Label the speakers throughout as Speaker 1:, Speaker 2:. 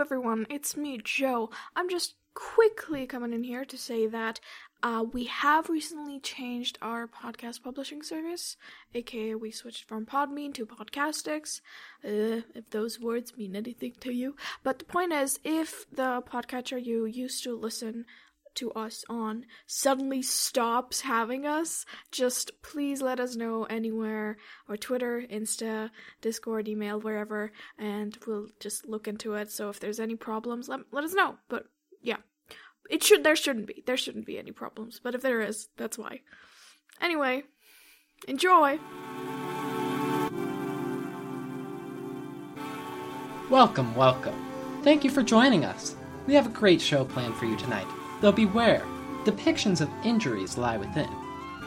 Speaker 1: everyone, it's me, Joe. I'm just quickly coming in here to say that uh, we have recently changed our podcast publishing service, aka we switched from Podmean to Podcastix. Uh, if those words mean anything to you. But the point is, if the podcatcher you used to listen to us on suddenly stops having us, just please let us know anywhere or Twitter, Insta, Discord, email, wherever, and we'll just look into it. So if there's any problems, let, let us know. But yeah, it should there shouldn't be there shouldn't be any problems, but if there is, that's why. Anyway, enjoy.
Speaker 2: Welcome, welcome. Thank you for joining us. We have a great show planned for you tonight, though beware, depictions of injuries lie within.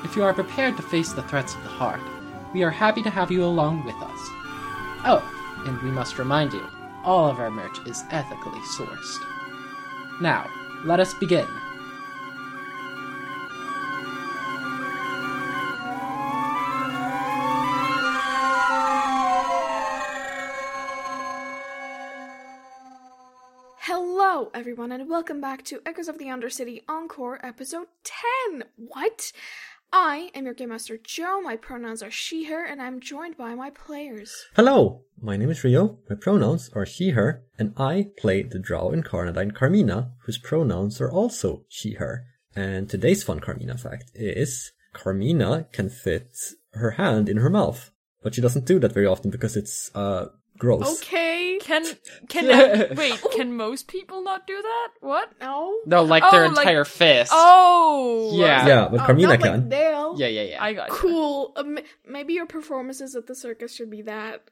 Speaker 2: If you are prepared to face the threats of the heart, we are happy to have you along with us. Oh, and we must remind you, all of our merch is ethically sourced. Now, let us begin.
Speaker 1: Hello, everyone, and welcome back to Echoes of the Undercity Encore, episode 10. What? I am your Game Master Joe, my pronouns are she, her, and I'm joined by my players.
Speaker 3: Hello, my name is Rio. My pronouns are she, her, and I play the drow incarnadine Carmina, whose pronouns are also she, her. And today's fun Carmina fact is Carmina can fit her hand in her mouth, but she doesn't do that very often because it's uh gross.
Speaker 1: Okay.
Speaker 4: Can can wait? Can most people not do that? What?
Speaker 1: No.
Speaker 2: No, like their
Speaker 4: Oh, like-
Speaker 2: entire fist.
Speaker 4: Oh,
Speaker 2: Yeah.
Speaker 3: Yeah, but
Speaker 1: Oh,
Speaker 3: Carmina
Speaker 1: not
Speaker 3: can.
Speaker 1: Like they'll.
Speaker 2: Yeah, yeah, yeah.
Speaker 4: I got cool.
Speaker 1: Cool. Um, maybe your performances at the circus should be that.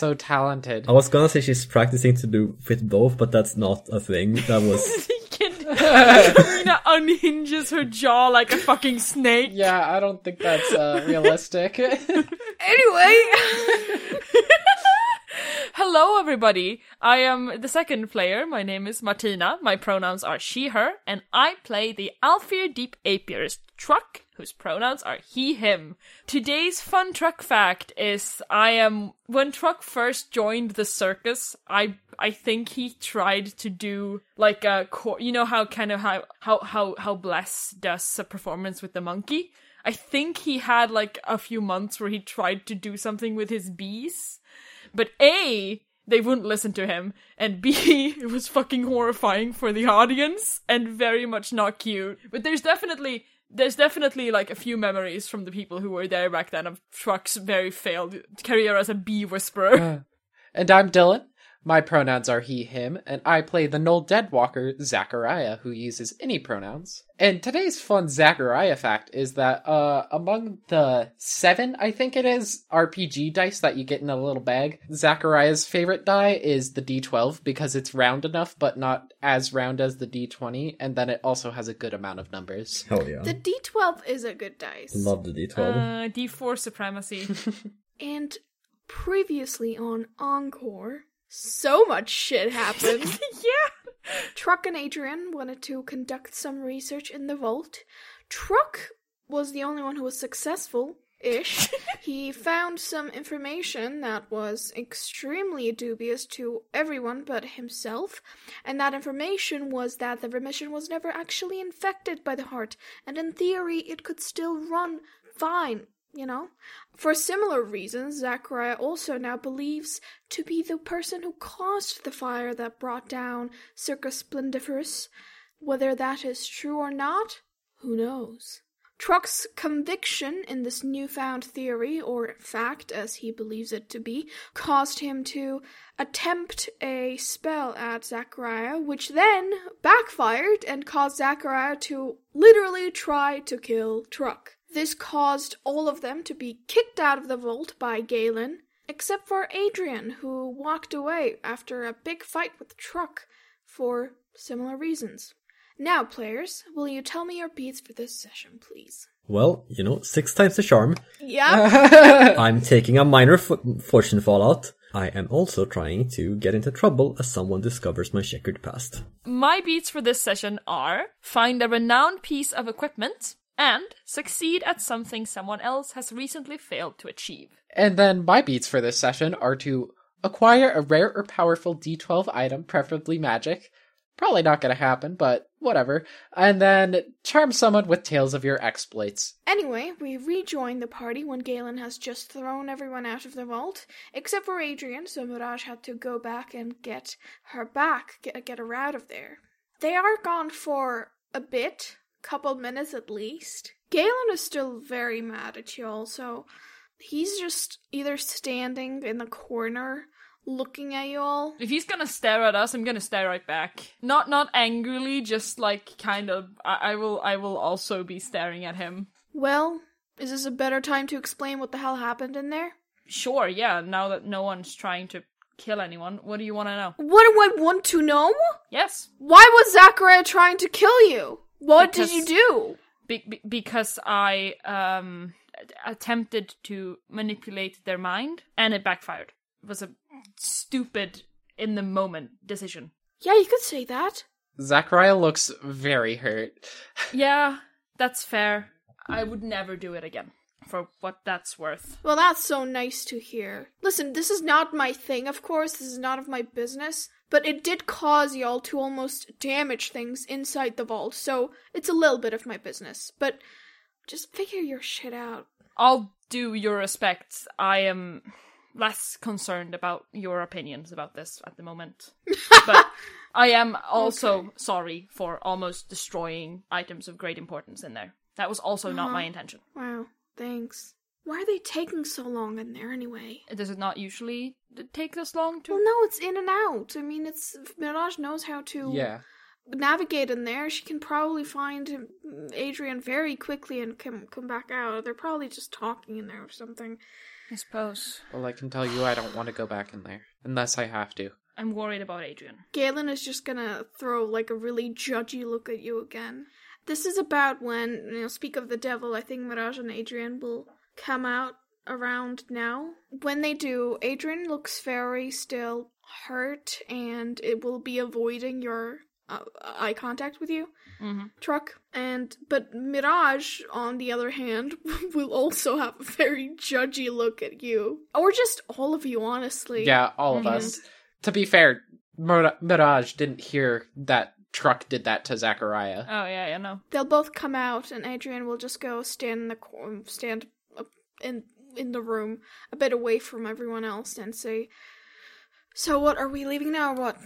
Speaker 2: so talented.
Speaker 3: I was gonna say she's practicing to do fit both, but that's not a thing. That was
Speaker 4: Karina unhinges her jaw like a fucking snake.
Speaker 2: Yeah, I don't think that's uh, realistic.
Speaker 1: anyway.
Speaker 4: Hello, everybody. I am the second player. My name is Martina. My pronouns are she, her, and I play the Alfear Deep Apiarist Truck, whose pronouns are he, him. Today's fun truck fact is I am, when Truck first joined the circus, I, I think he tried to do like a, cor- you know how kind of how, how, how, how Bless does a performance with the monkey? I think he had like a few months where he tried to do something with his bees. But A, they wouldn't listen to him, and B, it was fucking horrifying for the audience and very much not cute. But there's definitely there's definitely like a few memories from the people who were there back then of Truck's very failed career as a bee whisperer.
Speaker 2: and I'm Dylan. My pronouns are he, him, and I play the null dead walker, Zachariah, who uses any pronouns. And today's fun Zachariah fact is that uh, among the seven, I think it is, RPG dice that you get in a little bag, Zachariah's favorite die is the d12 because it's round enough, but not as round as the d20, and then it also has a good amount of numbers.
Speaker 3: hell yeah.
Speaker 1: the D12 is a good dice.
Speaker 3: Love the D twelve.
Speaker 4: Uh, D4 supremacy.
Speaker 1: And previously on Encore, so much shit happened.
Speaker 4: yeah.
Speaker 1: Truck and Adrian wanted to conduct some research in the vault. Truck was the only one who was successful ish. he found some information that was extremely dubious to everyone but himself, and that information was that the remission was never actually infected by the heart, and in theory, it could still run fine. You know? For similar reasons, Zachariah also now believes to be the person who caused the fire that brought down Circus Splendiferous. Whether that is true or not, who knows? Truck's conviction in this newfound theory, or fact as he believes it to be, caused him to attempt a spell at Zachariah, which then backfired and caused Zachariah to literally try to kill Truck. This caused all of them to be kicked out of the vault by Galen, except for Adrian, who walked away after a big fight with Truck for similar reasons. Now, players, will you tell me your beats for this session, please?
Speaker 3: Well, you know, six times the charm.
Speaker 2: Uh.
Speaker 1: Yeah.
Speaker 3: I'm taking a minor f- fortune fallout. I am also trying to get into trouble as someone discovers my checkered past.
Speaker 4: My beats for this session are find a renowned piece of equipment and succeed at something someone else has recently failed to achieve.
Speaker 2: And then my beats for this session are to Acquire a rare or powerful D12 item, preferably magic. Probably not gonna happen, but whatever. And then charm someone with tales of your exploits.
Speaker 1: Anyway, we rejoin the party when Galen has just thrown everyone out of the vault, except for Adrian, so Mirage had to go back and get her back, get, get her out of there. They are gone for a bit, couple minutes at least. Galen is still very mad at y'all, so he's just either standing in the corner looking at y'all.
Speaker 4: If he's gonna stare at us, I'm gonna stare right back. Not not angrily, just like kind of. I, I will I will also be staring at him.
Speaker 1: Well, is this a better time to explain what the hell happened in there?
Speaker 4: Sure, yeah. Now that no one's trying to kill anyone, what do you want to know?
Speaker 1: What do I want to know?
Speaker 4: Yes,
Speaker 1: Why was Zachariah trying to kill you? What
Speaker 4: Because-
Speaker 1: did you do?
Speaker 4: be- be- because I um a- attempted to manipulate their mind, and it backfired. It was a stupid in the moment decision.
Speaker 1: Yeah, you could say that.
Speaker 2: Zachariah looks very hurt.
Speaker 4: Yeah, that's fair. I would never do it again. For what that's worth.
Speaker 1: Well, that's so nice to hear. Listen, this is not my thing, of course. This is not of my business. But it did cause y'all to almost damage things inside the vault, so it's a little bit of my business. But just figure your shit out.
Speaker 4: I'll do your respects. I am less concerned about your opinions about this at the moment. but I am also sorry for almost destroying items of great importance in there. That was also not my intention.
Speaker 1: Wow, thanks. Why are they taking so long in there anyway?
Speaker 4: Does it not usually d- take this long to.
Speaker 1: Well, no, it's in and out. I mean, it's Mirage knows how to
Speaker 2: Yeah.
Speaker 1: navigate in there. She can probably find um, Adrian very quickly and come come back out. They're probably just talking in there or something.
Speaker 4: I suppose.
Speaker 2: Well, I can tell you I don't want to go back in there. Unless I have to.
Speaker 4: I'm worried about Adrian.
Speaker 1: Galen is just gonna throw like a really judgy look at you again. This is about when you know, speak of the devil. I think Mirage and Adrian will come out around now. When they do, Adrian looks very still hurt, and it will be avoiding your uh, eye contact with you.
Speaker 4: Mhm.
Speaker 1: Truck and but Mirage, on the other hand, will also have a very judgy look at you, or just all of you, honestly.
Speaker 2: Yeah, all of us. To be fair, Mir- Mirage didn't hear that truck did that to Zachariah.
Speaker 4: Oh, yeah, yeah, no.
Speaker 1: They'll both come out, and Adrian will just go stand in the cor- stand up in in the room a bit away from everyone else and say, "So what are we leaving now? Or what?"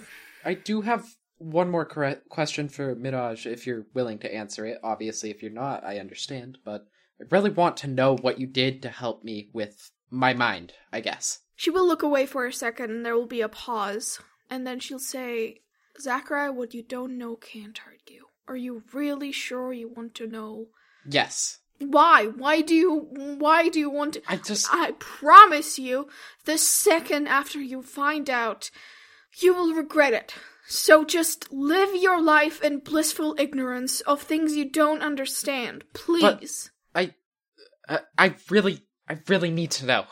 Speaker 2: I do have one more corre- question for Mirage, if you're willing to answer it. Obviously, if you're not, I understand, but I really want to know what you did to help me with my mind, I guess.
Speaker 1: She will look away for a second, and there will be a pause, and then she'll say, "Zachariah, what you don't know can't hurt you. Are you really sure you want to know
Speaker 2: Yes.
Speaker 1: why? Why do you? Why do you want to?"
Speaker 2: I just.
Speaker 1: I promise you, the second after you find out, you will regret it. So just live your life in blissful ignorance of things you don't understand, please.
Speaker 2: I. I, I really. I really need to know.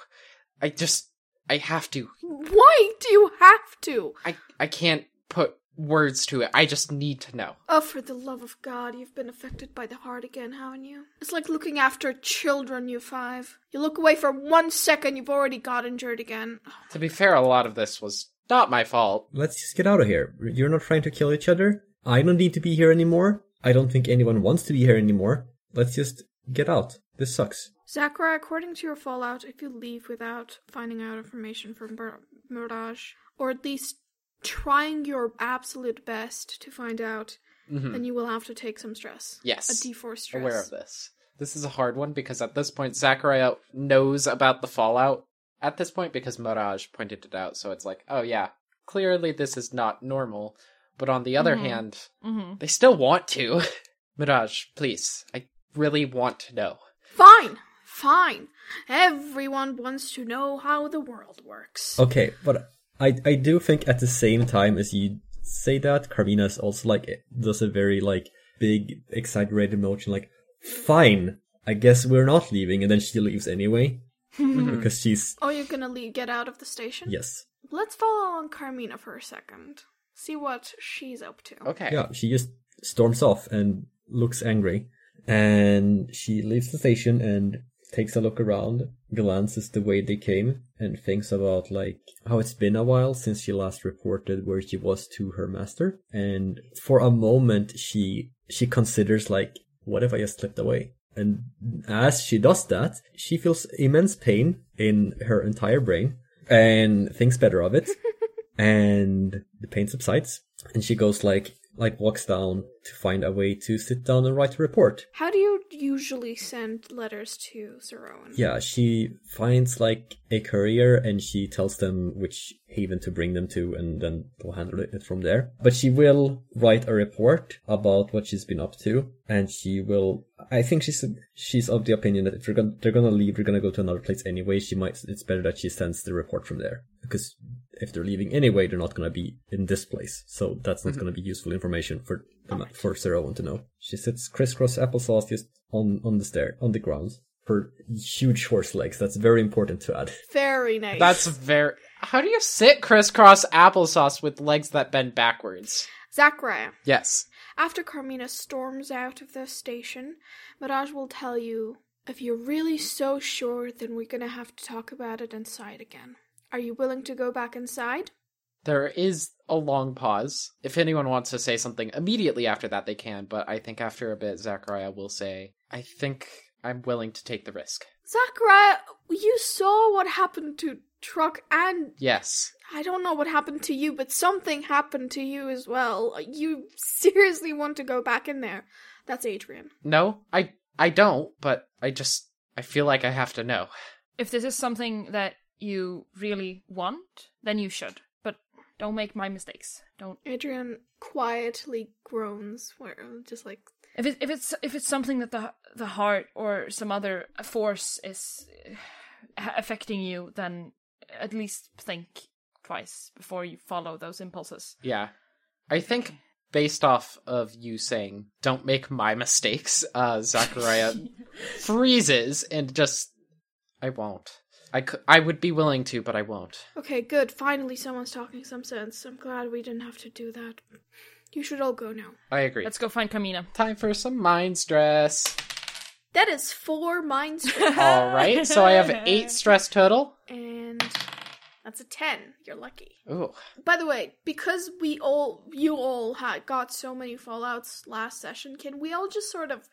Speaker 2: I just. I have to.
Speaker 1: Why do you have to?
Speaker 2: I, I can't put words to it. I just need to know.
Speaker 1: Oh, for the love of God, you've been affected by the heart again, haven't you? It's like looking after children, you five. You look away for one second, you've already got injured again.
Speaker 2: To be fair, a lot of this was not my fault.
Speaker 3: Let's just get out of here. You're not trying to kill each other. I don't need to be here anymore. I don't think anyone wants to be here anymore. Let's just get out. This sucks.
Speaker 1: Zachariah, according to your fallout, if you leave without finding out information from Mir- Mirage, or at least trying your absolute best to find out, then you will have to take some stress.
Speaker 2: Mm-hmm. Yes.
Speaker 1: A D4 stress.
Speaker 2: aware of this. This is a hard one because at this point, Zachariah knows about the fallout at this point because Mirage pointed it out. So it's like, oh yeah, clearly this is not normal. But on the other hand,
Speaker 4: Mhm.
Speaker 2: they still want to. Mirage, please, I really want to know.
Speaker 1: Fine! Fine! Everyone wants to know how the world works.
Speaker 3: Okay, but I I do think at the same time as you say that, Carmina's also like does a very like big exaggerated motion, like fine, I guess we're not leaving, and then she leaves anyway because she's
Speaker 1: Oh, you're gonna leave, get out of the station?
Speaker 3: yes,
Speaker 1: Let's follow on Carmina for a second. See what she's up to.
Speaker 2: Okay.
Speaker 3: yeah, she just storms off and looks angry, and she leaves the station and takes a look around, glances the way they came, and thinks about like how it's been a while since she last reported where she was to her master. And for a moment, she she considers like, what if I just slipped away? And as she does that, she feels immense pain in her entire brain and thinks better of it. and the pain subsides, and she goes like like walks down to find a way to sit down and write a report.
Speaker 1: How do you usually send letters to Sir Owen?
Speaker 3: Yeah, she finds like a courier and she tells them which haven to bring them to and then they'll handle it from there. But she will write a report about what she's been up to and she will, I think she's, she's of the opinion that if they're gonna, they're gonna leave, they're gonna go to another place anyway. She might, it's better that she sends the report from there because if they're leaving anyway, they're not gonna be in this place. So that's not gonna be useful information for them, for Sarah Owen to know. She sits crisscross applesauce just on, on the stair, on the ground. Her huge horse legs. That's very important to add.
Speaker 1: Very nice.
Speaker 2: That's very. How do you sit crisscross applesauce with legs that bend backwards?
Speaker 1: Zachariah.
Speaker 2: Yes.
Speaker 1: After Carmina storms out of the station, Mirage will tell you if you're really so sure, then we're gonna have to talk about it inside again. Are you willing to go back inside?
Speaker 2: There is a long pause. If anyone wants to say something immediately after that, they can, but I think after a bit, Zachariah will say, I think I'm willing to take the risk.
Speaker 1: Zachariah, you saw what happened to Truck and
Speaker 2: Yes.
Speaker 1: I don't know what happened to you, but something happened to you as well. You seriously want to go back in there. That's Adrian.
Speaker 2: No, I I don't, but I just I feel like I have to know.
Speaker 4: If this is something that you really want, then you should. But don't make my mistakes. Don't.
Speaker 1: Adrian quietly groans, where just like
Speaker 4: If it, if it's if it's something that the the heart or some other force is uh, a- affecting you, then at least think twice before you follow those impulses.
Speaker 2: Yeah. I think based off of you saying don't make my mistakes, uh Zachariah freezes and just I won't. I cou- I would be willing to, but I won't.
Speaker 1: Okay, good. Finally, someone's talking some sense. I'm glad we didn't have to do that. You should all go now.
Speaker 2: I agree.
Speaker 4: Let's go find Kamina.
Speaker 2: Time for some mind stress.
Speaker 1: That is four minds.
Speaker 2: All right. So I have 8 stress total.
Speaker 1: and that's a 10. You're lucky.
Speaker 2: Ooh.
Speaker 1: By the way, because we all, you all had got so many fallouts last session, can we all just sort of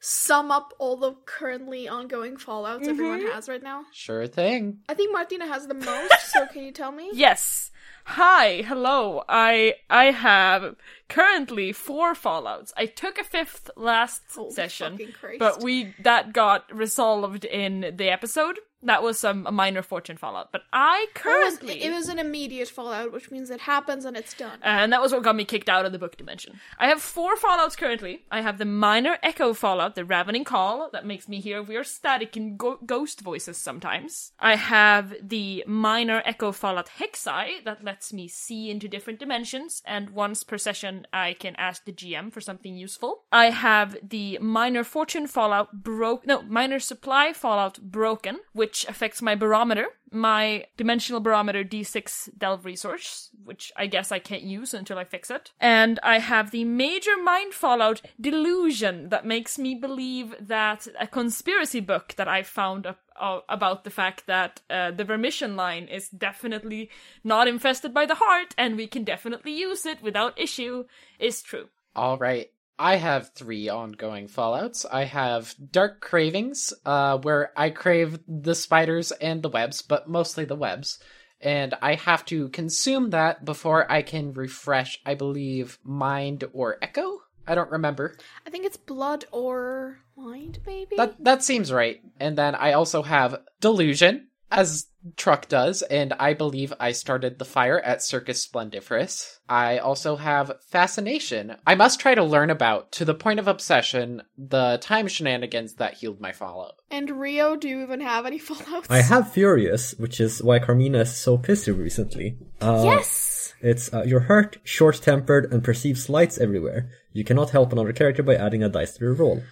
Speaker 1: sum up all the currently ongoing fallouts everyone has right now?
Speaker 2: Sure thing.
Speaker 1: I think Martina has the most, so can you tell me?
Speaker 4: Yes. Hi, hello. I I have currently four fallouts. I took a fifth last
Speaker 1: Holy
Speaker 4: session,
Speaker 1: fucking Christ.
Speaker 4: but we that got resolved in the episode. That was some a minor fortune fallout. But I
Speaker 1: It was-
Speaker 4: currently
Speaker 1: it was an immediate fallout, which means it happens and it's done.
Speaker 4: and that was what got me kicked out of the book dimension. I have four fallouts currently. I have the minor echo fallout, the ravening call that makes me hear weird static and go- ghost voices sometimes. I have the minor echo fallout hexi that lets me see into different dimensions, and once per session I can ask the GM for something useful. I have the minor fortune fallout broke, no, minor supply fallout broken, which affects my barometer, my dimensional barometer d6 delve resource, which I guess I can't use until I fix it. And I have the major mind fallout delusion that makes me believe that a conspiracy book that I found up. Uh, about the fact that uh, the vermission line is definitely not infested by the heart and we can definitely use it without issue is true.
Speaker 2: All right. I have three ongoing fallouts. I have dark cravings, uh, where I crave the spiders and the webs, but mostly the webs. And I have to consume that before I can refresh, I believe, mind or echo? I don't remember.
Speaker 1: I think it's blood or mind, maybe?
Speaker 2: That that seems right. And then I also have delusion, as Truck does, and I believe I started the fire at Circus Splendiferous. I also have fascination. I must try to learn about, to the point of obsession, the time shenanigans that healed my follow.
Speaker 1: and Rio, do you even have any fallouts?
Speaker 3: I have Furious, which is why Carmina is so pissy recently. Uh,
Speaker 1: Yes!
Speaker 3: It's uh, you're hurt, short tempered, and perceives lights everywhere. You cannot help another character by adding a dice to your roll.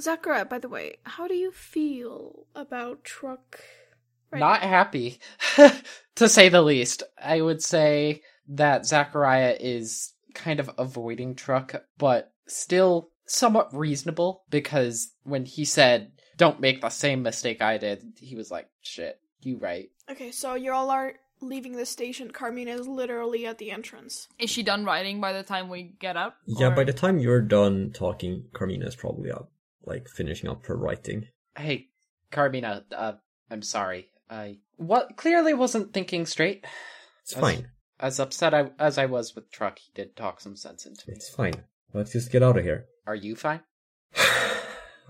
Speaker 1: Zachariah, by the way, how do you feel about Truck? Right.
Speaker 2: Not happy, to say the least. I would say that Zachariah is kind of avoiding Truck, but still somewhat reasonable because when he said, don't make the same mistake I did. He was like, shit, you right.
Speaker 1: Okay, so you all are leaving the station. Carmina is literally at the entrance.
Speaker 4: Is she done writing by the time we get out?
Speaker 3: Yeah,
Speaker 4: Or-
Speaker 3: by the time you're done talking, Carmina is probably up, like finishing up her writing.
Speaker 2: Hey, Carmina, uh, I'm sorry. I what clearly wasn't thinking straight.
Speaker 3: It's
Speaker 2: That's-
Speaker 3: fine.
Speaker 2: As upset I, as I was with Truck, he did talk some sense into me.
Speaker 3: It's fine. Let's just get out of here.
Speaker 2: Are you fine?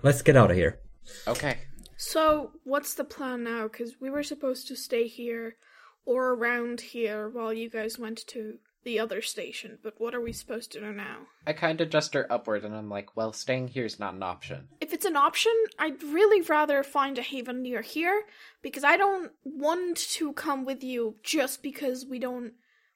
Speaker 3: Let's get out of here.
Speaker 2: Okay.
Speaker 1: So, what's the plan now? Because we were supposed to stay here or around here while you guys went to the other station, but what are we supposed to do now?
Speaker 2: I kind of adjust her upward and I'm like, well, staying here is not an option.
Speaker 1: If it's an option, I'd really rather find a haven near here because I don't want to come with you just because we don't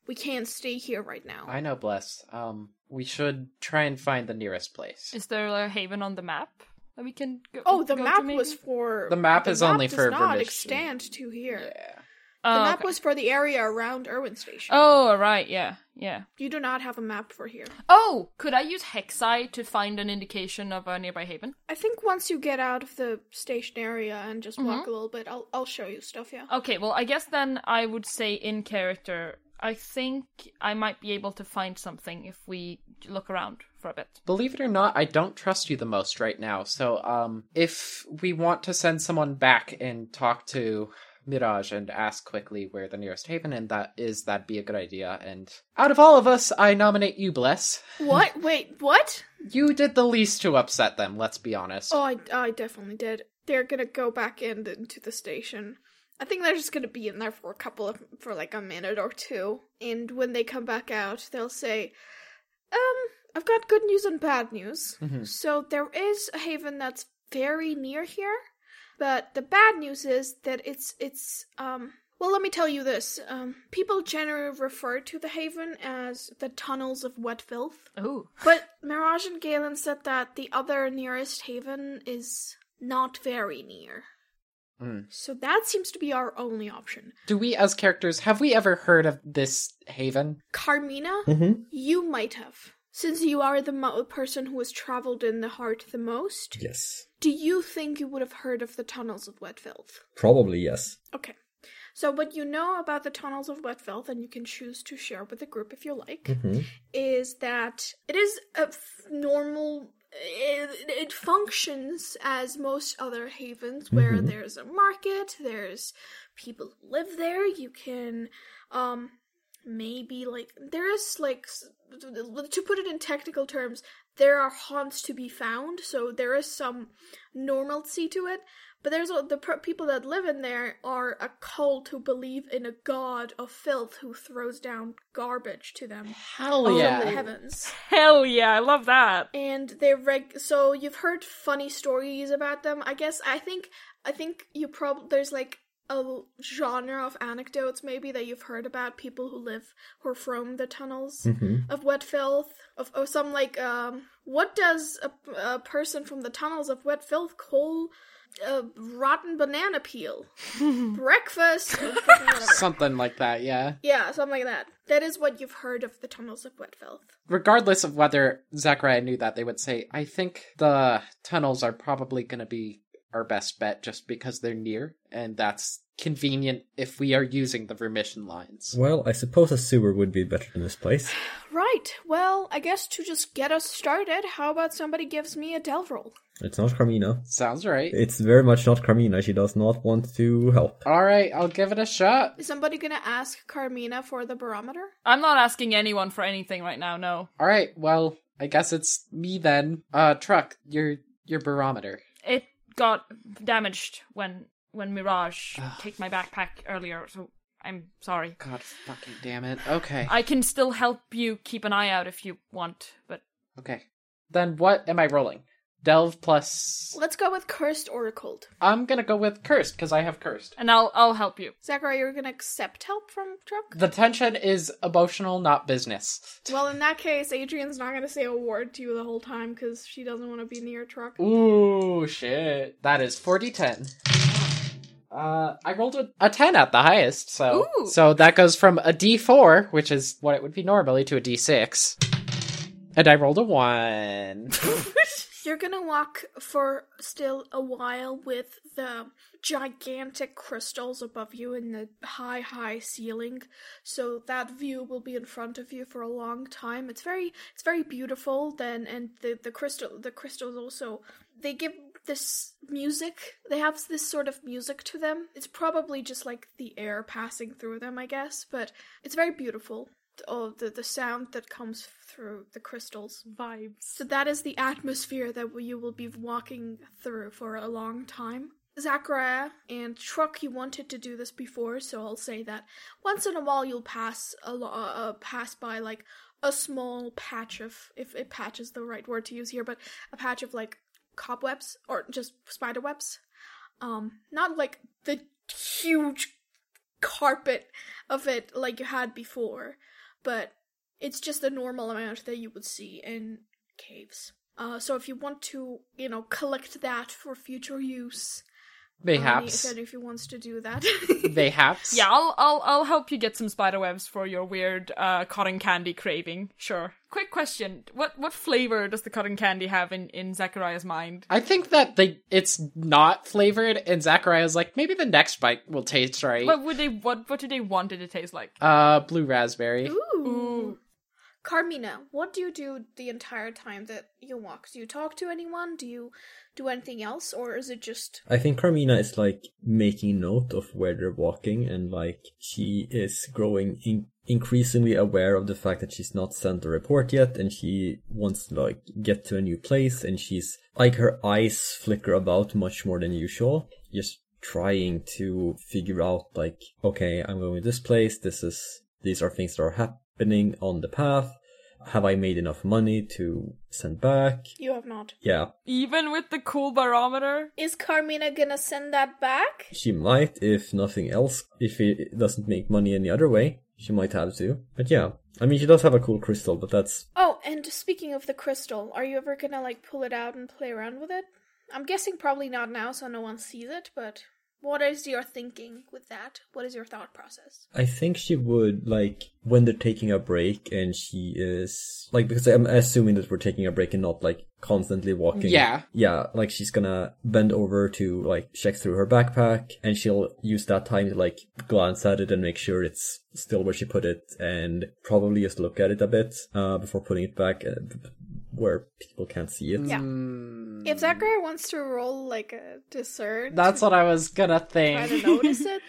Speaker 1: we can't stay here right now.
Speaker 2: I know, Bless. Um, we should try and find the nearest place.
Speaker 4: Is there a haven on the map that we can go?
Speaker 1: oh, the
Speaker 4: go to
Speaker 1: map
Speaker 4: maybe?
Speaker 1: was for
Speaker 2: The map is only
Speaker 1: does
Speaker 2: for
Speaker 1: not
Speaker 2: Vermish.
Speaker 1: extend to here.
Speaker 2: Yeah.
Speaker 4: Oh,
Speaker 1: The map
Speaker 4: okay.
Speaker 1: was for the area around Irwin Station.
Speaker 4: Oh, right, yeah, yeah.
Speaker 1: You do not have a map for here.
Speaker 4: Oh, could I use Hexeye to find an indication of a nearby haven?
Speaker 1: I think once you get out of the station area and just
Speaker 4: Mm-hmm.
Speaker 1: walk a little bit, I'll I'll show you stuff. Yeah.
Speaker 4: Okay, well, I guess then I would say in character, I think I might be able to find something if we look around for a bit.
Speaker 2: Believe it or not, I don't trust you the most right now. So, um, if we want to send someone back and talk to Mirage and ask quickly where the nearest haven and that is, that'd be a good idea. And out of all of us, I nominate you, Bless.
Speaker 4: Oh.
Speaker 1: What? Wait, what?
Speaker 2: You did the least to upset them. Let's be honest.
Speaker 1: Oh, I I definitely did. They're gonna go back in into the station. I think they're just gonna be in there for a couple of for like a minute or two, and when they come back out, they'll say, "Um, I've got good news and bad news. So there is a haven that's very near here, but the bad news is that it's it's um." Well, let me tell you this. Um, people generally refer to the haven as the tunnels of wet filth.
Speaker 4: Ooh.
Speaker 1: But Mirage and Galen said that the other nearest haven is not very near.
Speaker 2: Mm.
Speaker 1: So that seems to be our only option.
Speaker 2: Do we, as characters, have we ever heard of this haven?
Speaker 1: Carmina,
Speaker 3: Mm-hmm.
Speaker 1: you might have. Since you are the mo- person who has traveled in the heart the most,
Speaker 3: Yes.
Speaker 1: do you think you would have heard of the tunnels of Wetfilth?
Speaker 3: Probably yes.
Speaker 1: Okay. So, what you know about the tunnels of Wetfilth, and you can choose to share with the group if you like,
Speaker 3: Mm-hmm.
Speaker 1: is that it is a f- normal it, it functions as most other havens where
Speaker 3: Mhm.
Speaker 1: there's a market there's people who live there you can um maybe like there is like s- to put it in technical terms there are haunts to be found so there is some normalcy to it but there's a, the per- people that live in there are a cult who believe in a god of filth who throws down garbage to them
Speaker 2: Hell
Speaker 1: all
Speaker 2: yeah.
Speaker 1: of the heavens.
Speaker 4: Hell yeah, I love that.
Speaker 1: And they're reg- so you've heard funny stories about them. I guess I think I think you probably there's like a l- genre of anecdotes maybe that you've heard about people who live who are from the tunnels
Speaker 3: Mm-hmm.
Speaker 1: of wet filth of, of some like um what does a, a person from the tunnels of wet filth call a rotten banana peel breakfast or fucking whatever.
Speaker 2: Something like that, yeah.
Speaker 1: yeah something like that that is what you've heard of the tunnels of wet filth
Speaker 2: regardless of whether Zachariah knew that, they would say, I think the tunnels are probably going to be our best bet just because they're near, and that's convenient if we are using the remission lines.
Speaker 3: Well, I suppose a sewer would be better than this place.
Speaker 1: Right. Well, I guess to just get us started, how about somebody gives me a delve roll?
Speaker 3: It's not Carmina.
Speaker 2: Sounds right.
Speaker 3: It's very much not Carmina. She does not want to help.
Speaker 2: All right, I'll give it a shot.
Speaker 1: Is somebody gonna ask Carmina for the barometer?
Speaker 4: I'm not asking anyone for anything right now, no.
Speaker 2: All right, well, I guess it's me then. Uh, truck, your your barometer.
Speaker 4: It got damaged when when Mirage kicked my backpack earlier, so I'm sorry.
Speaker 2: God fucking damn it. Okay,
Speaker 4: I can still help you keep an eye out if you want, but
Speaker 2: okay. Then what am I rolling? Delve plus.
Speaker 1: Let's go with cursed or cold.
Speaker 2: I'm gonna go with cursed because I have cursed.
Speaker 4: and I'll I'll help you.
Speaker 1: Zachary, you're gonna accept help from Truck?
Speaker 2: The tension is emotional, not business.
Speaker 1: Well, in that case, Adrian's not gonna say a word to you the whole time because she doesn't want to be near Truck.
Speaker 2: Ooh, shit. That is 4010. Uh, I rolled a, a 10 at the highest, so
Speaker 4: Ooh.
Speaker 2: so that goes from a d4, which is what it would be normally, to a d6. And I rolled a 1.
Speaker 1: You're gonna walk for still a while with the gigantic crystals above you and the high, high ceiling. So that view will be in front of you for a long time. It's very, it's very beautiful. Then, and the the crystal, the crystals also they give this music. They have this sort of music to them. It's probably just like the air passing through them, I guess. But it's very beautiful. Oh, the the sound that comes through the crystals.
Speaker 4: Vibes.
Speaker 1: So that is the atmosphere that you will be walking through for a long time. Zachariah and Truck, you wanted to do this before, so I'll say that once in a while you'll pass a lo- uh, pass by like a small patch of, if it patch is the right word to use here, but a patch of like cobwebs or just spider webs. Um, not like the huge carpet of it like you had before, but it's just the normal amount that you would see in caves. Uh, so if you want to, you know, collect that for future use, um,
Speaker 2: Mayhaps.
Speaker 1: if, if you wants to do that,
Speaker 2: Mayhaps.
Speaker 4: Yeah, I'll I'll I'll help you get some spider webs for your weird uh, cotton candy craving. Sure. Quick question: What what flavor does the cotton candy have in in Zachariah's mind?
Speaker 2: I think that they it's not flavored, and Zachariah's like, maybe the next bite will taste right.
Speaker 4: What would they what what do they want it to taste like?
Speaker 2: Uh, blue raspberry.
Speaker 1: ooh.
Speaker 4: Ooh.
Speaker 1: Carmina, what do you do the entire time that you walk? Do you talk to anyone? Do you do anything else, or is it just
Speaker 3: I think Carmina is like making note of where they're walking and like she is growing in- increasingly aware of the fact that she's not sent a report yet and she wants to like get to a new place and she's like her eyes flicker about much more than usual. Just trying to figure out like, okay, I'm going to this place. This is, these are things that are happening on the path. Have I made enough money to send back?
Speaker 1: you have not?
Speaker 3: Yeah,
Speaker 4: Even with the cool barometer.
Speaker 1: Is Carmina gonna send that back?
Speaker 3: She might, if nothing else, if it doesn't make money any other way, she might have to. But yeah, I mean, she does have a cool crystal, but that's
Speaker 1: Oh, and speaking of the crystal, are you ever gonna like pull it out and play around with it? I'm guessing probably not now, so no one sees it. But what is your thinking with that? What is your thought process?
Speaker 3: I think she would like when they're taking a break and she is like because I'm assuming that we're taking a break and not like constantly walking.
Speaker 2: Yeah.
Speaker 3: Yeah, like she's gonna bend over to like check through her backpack and she'll use that time to like glance at it and make sure it's still where she put it and probably just look at it a bit uh, before putting it back uh, b- b- where people can't see it.
Speaker 1: Yeah.
Speaker 2: Mm,
Speaker 1: If Zachary wants to roll like a discern,
Speaker 2: that's what I was gonna
Speaker 1: try
Speaker 2: think.
Speaker 1: to notice it.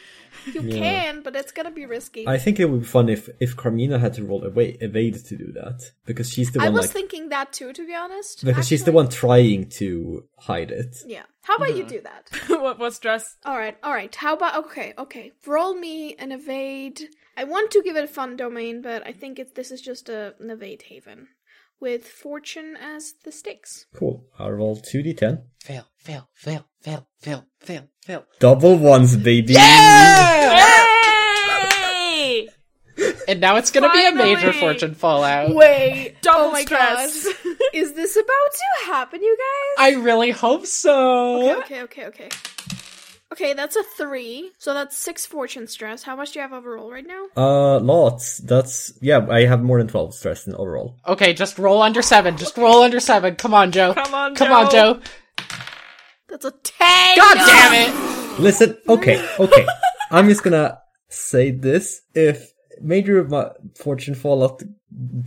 Speaker 1: You
Speaker 3: Yeah.
Speaker 1: can, but it's gonna be risky.
Speaker 3: I think it would be fun if if Carmina had to roll away evade to do that because she's the
Speaker 1: I
Speaker 3: one
Speaker 1: was
Speaker 3: like
Speaker 1: thinking that too, to be honest.
Speaker 3: because she's the
Speaker 1: actually.
Speaker 3: one trying to hide it.
Speaker 1: Yeah. How about you do that?
Speaker 4: what what's dress?
Speaker 1: All right, all right. How about okay, okay. Roll me an evade. I want to give it a fun domain, but I think it, this is just a, an evade haven with fortune as the stakes.
Speaker 3: Cool. I'll roll two d ten.
Speaker 2: Fail, fail, fail, fail, fail, fail, fail.
Speaker 3: Double ones, baby.
Speaker 4: Hey!
Speaker 2: And now it's gonna be a major
Speaker 4: Finally!
Speaker 2: fortune fallout.
Speaker 1: Wait,
Speaker 4: Double
Speaker 1: oh my
Speaker 4: stress.
Speaker 1: gosh. is this about to happen, you guys?
Speaker 2: I really hope so.
Speaker 1: Okay, okay, okay. Okay, that's a 3. So that's 6 fortune stress. How much do you have overall right now?
Speaker 3: Uh, lots. That's yeah. I have more than twelve stress in overall.
Speaker 2: Okay, just roll under seven. Just roll under seven. Come on, Joe.
Speaker 4: Come on,
Speaker 2: Come on,
Speaker 4: Joe.
Speaker 2: Joe.
Speaker 1: That's a 10.
Speaker 2: God damn it!
Speaker 3: Listen. Okay. Okay. I'm just gonna say this. If major ma- fortune fallout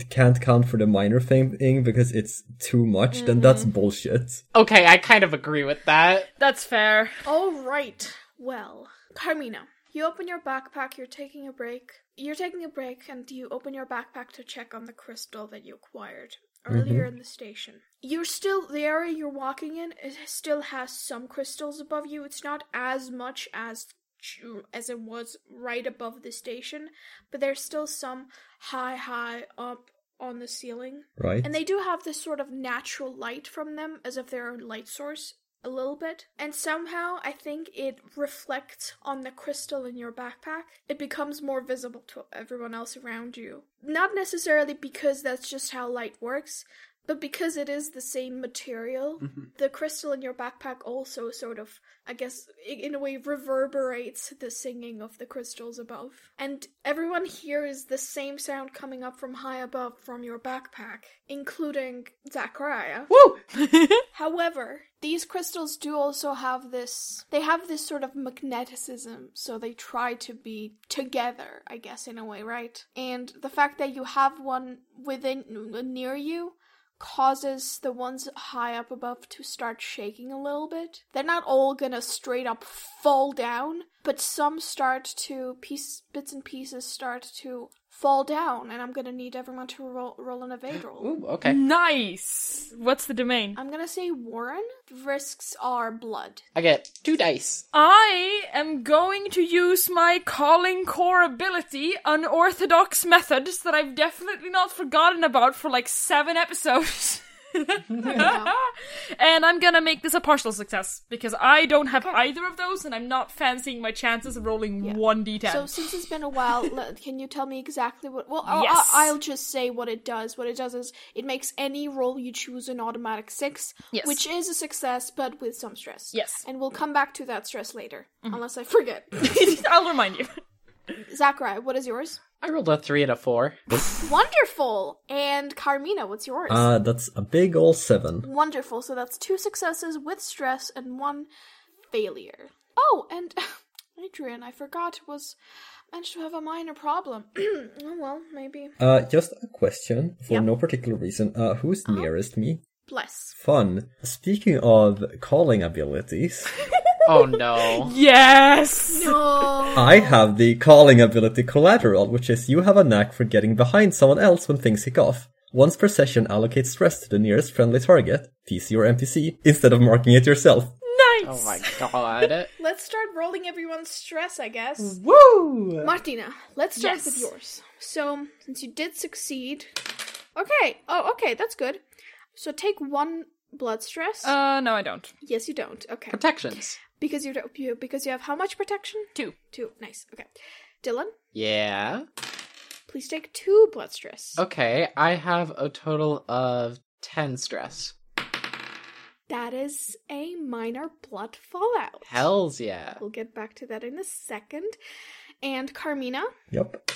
Speaker 3: can't count for the minor thing because it's too much,
Speaker 1: Mm-hmm.
Speaker 3: then that's bullshit.
Speaker 2: Okay, I kind of agree with that.
Speaker 4: That's fair.
Speaker 1: All right. Well, Carmina, you open your backpack, you're taking a break. You're taking a break and you open your backpack to check on the crystal that you acquired earlier in the station. You're still the area you're walking in it still has some crystals above you. It's not as much as ju- as it was right above the station, but there's still some high high up on the ceiling.
Speaker 3: Right.
Speaker 1: And they do have this sort of natural light from them, as if they're a light source a little bit. And somehow, I think it reflects on the crystal in your backpack. It becomes more visible to everyone else around you. Not necessarily because that's just how light works, But because it is the same material, the crystal in your backpack also sort of, I guess, i- in a way reverberates the singing of the crystals above. And everyone hears the same sound coming up from high above from your backpack, including Zachariah.
Speaker 2: Woo!
Speaker 1: However, these crystals do also have this they have this sort of magneticism, so they try to be together, I guess in a way, right? And the fact that you have one within near you causes the ones high up above to start shaking a little bit. They're not all going to straight up fall down, but some start to piece bits and pieces start to fall down and I'm going to need everyone to roll, roll an evade roll.
Speaker 2: Ooh, okay.
Speaker 4: Nice. What's the domain?
Speaker 1: I'm gonna say Warren. Risks are blood.
Speaker 2: I get two dice.
Speaker 4: I am going to use my calling core ability, unorthodox methods that I've definitely not forgotten about for like seven episodes. and I'm gonna make this a partial success because I don't have either of those, and I'm not fancying my chances of rolling one d10.
Speaker 1: So since it's been a while, le- can you tell me exactly what? Well, I'll,
Speaker 4: Yes.
Speaker 1: I'll, I'll just say what it does. What it does is it makes any roll you choose an automatic six,
Speaker 4: Yes.
Speaker 1: which is a success, but with some stress.
Speaker 4: Yes. Mm-hmm.
Speaker 1: and we'll come back to that stress later, unless I forget.
Speaker 4: I'll remind you.
Speaker 1: Zachariah, what is yours?
Speaker 2: I rolled a three and a four.
Speaker 1: Wonderful. And Carmina, what's yours?
Speaker 3: Uh, that's a big ol' seven.
Speaker 1: Wonderful. So that's two successes with stress and one failure. Oh, and Adrian, I forgot, was managed to have a minor problem. oh well, maybe.
Speaker 3: Uh, just a question for
Speaker 1: Yep. Uh-huh.
Speaker 3: no particular reason. Uh, who's nearest me?
Speaker 1: Bless.
Speaker 3: Fun. Speaking of calling abilities,
Speaker 2: Oh no.
Speaker 4: Yes.
Speaker 1: No.
Speaker 3: I have the calling ability collateral, which is you have a knack for getting behind someone else when things kick off. Once per session, allocate stress to the nearest friendly target, PC or NPC, instead of marking it yourself.
Speaker 4: Nice.
Speaker 2: Oh my god.
Speaker 1: Let's start rolling everyone's stress, I guess.
Speaker 2: Woo!
Speaker 1: Martina, let's start with
Speaker 4: Yes.
Speaker 1: yours. So, since you did succeed. Okay. Oh, okay, that's good. So take one blood stress.
Speaker 4: Uh, no, I don't.
Speaker 1: yes, you don't. Okay.
Speaker 2: Protections.
Speaker 1: Because you don't you, because you have how much protection?
Speaker 4: Two.
Speaker 1: Two. Nice. Okay. Dylan,
Speaker 2: Yeah.
Speaker 1: please take two blood stress.
Speaker 2: Okay, I have a total of 10 stress.
Speaker 1: That is a minor blood fallout.
Speaker 2: Hells yeah.
Speaker 1: We'll get back to that in a second. And Carmina,
Speaker 3: Yep.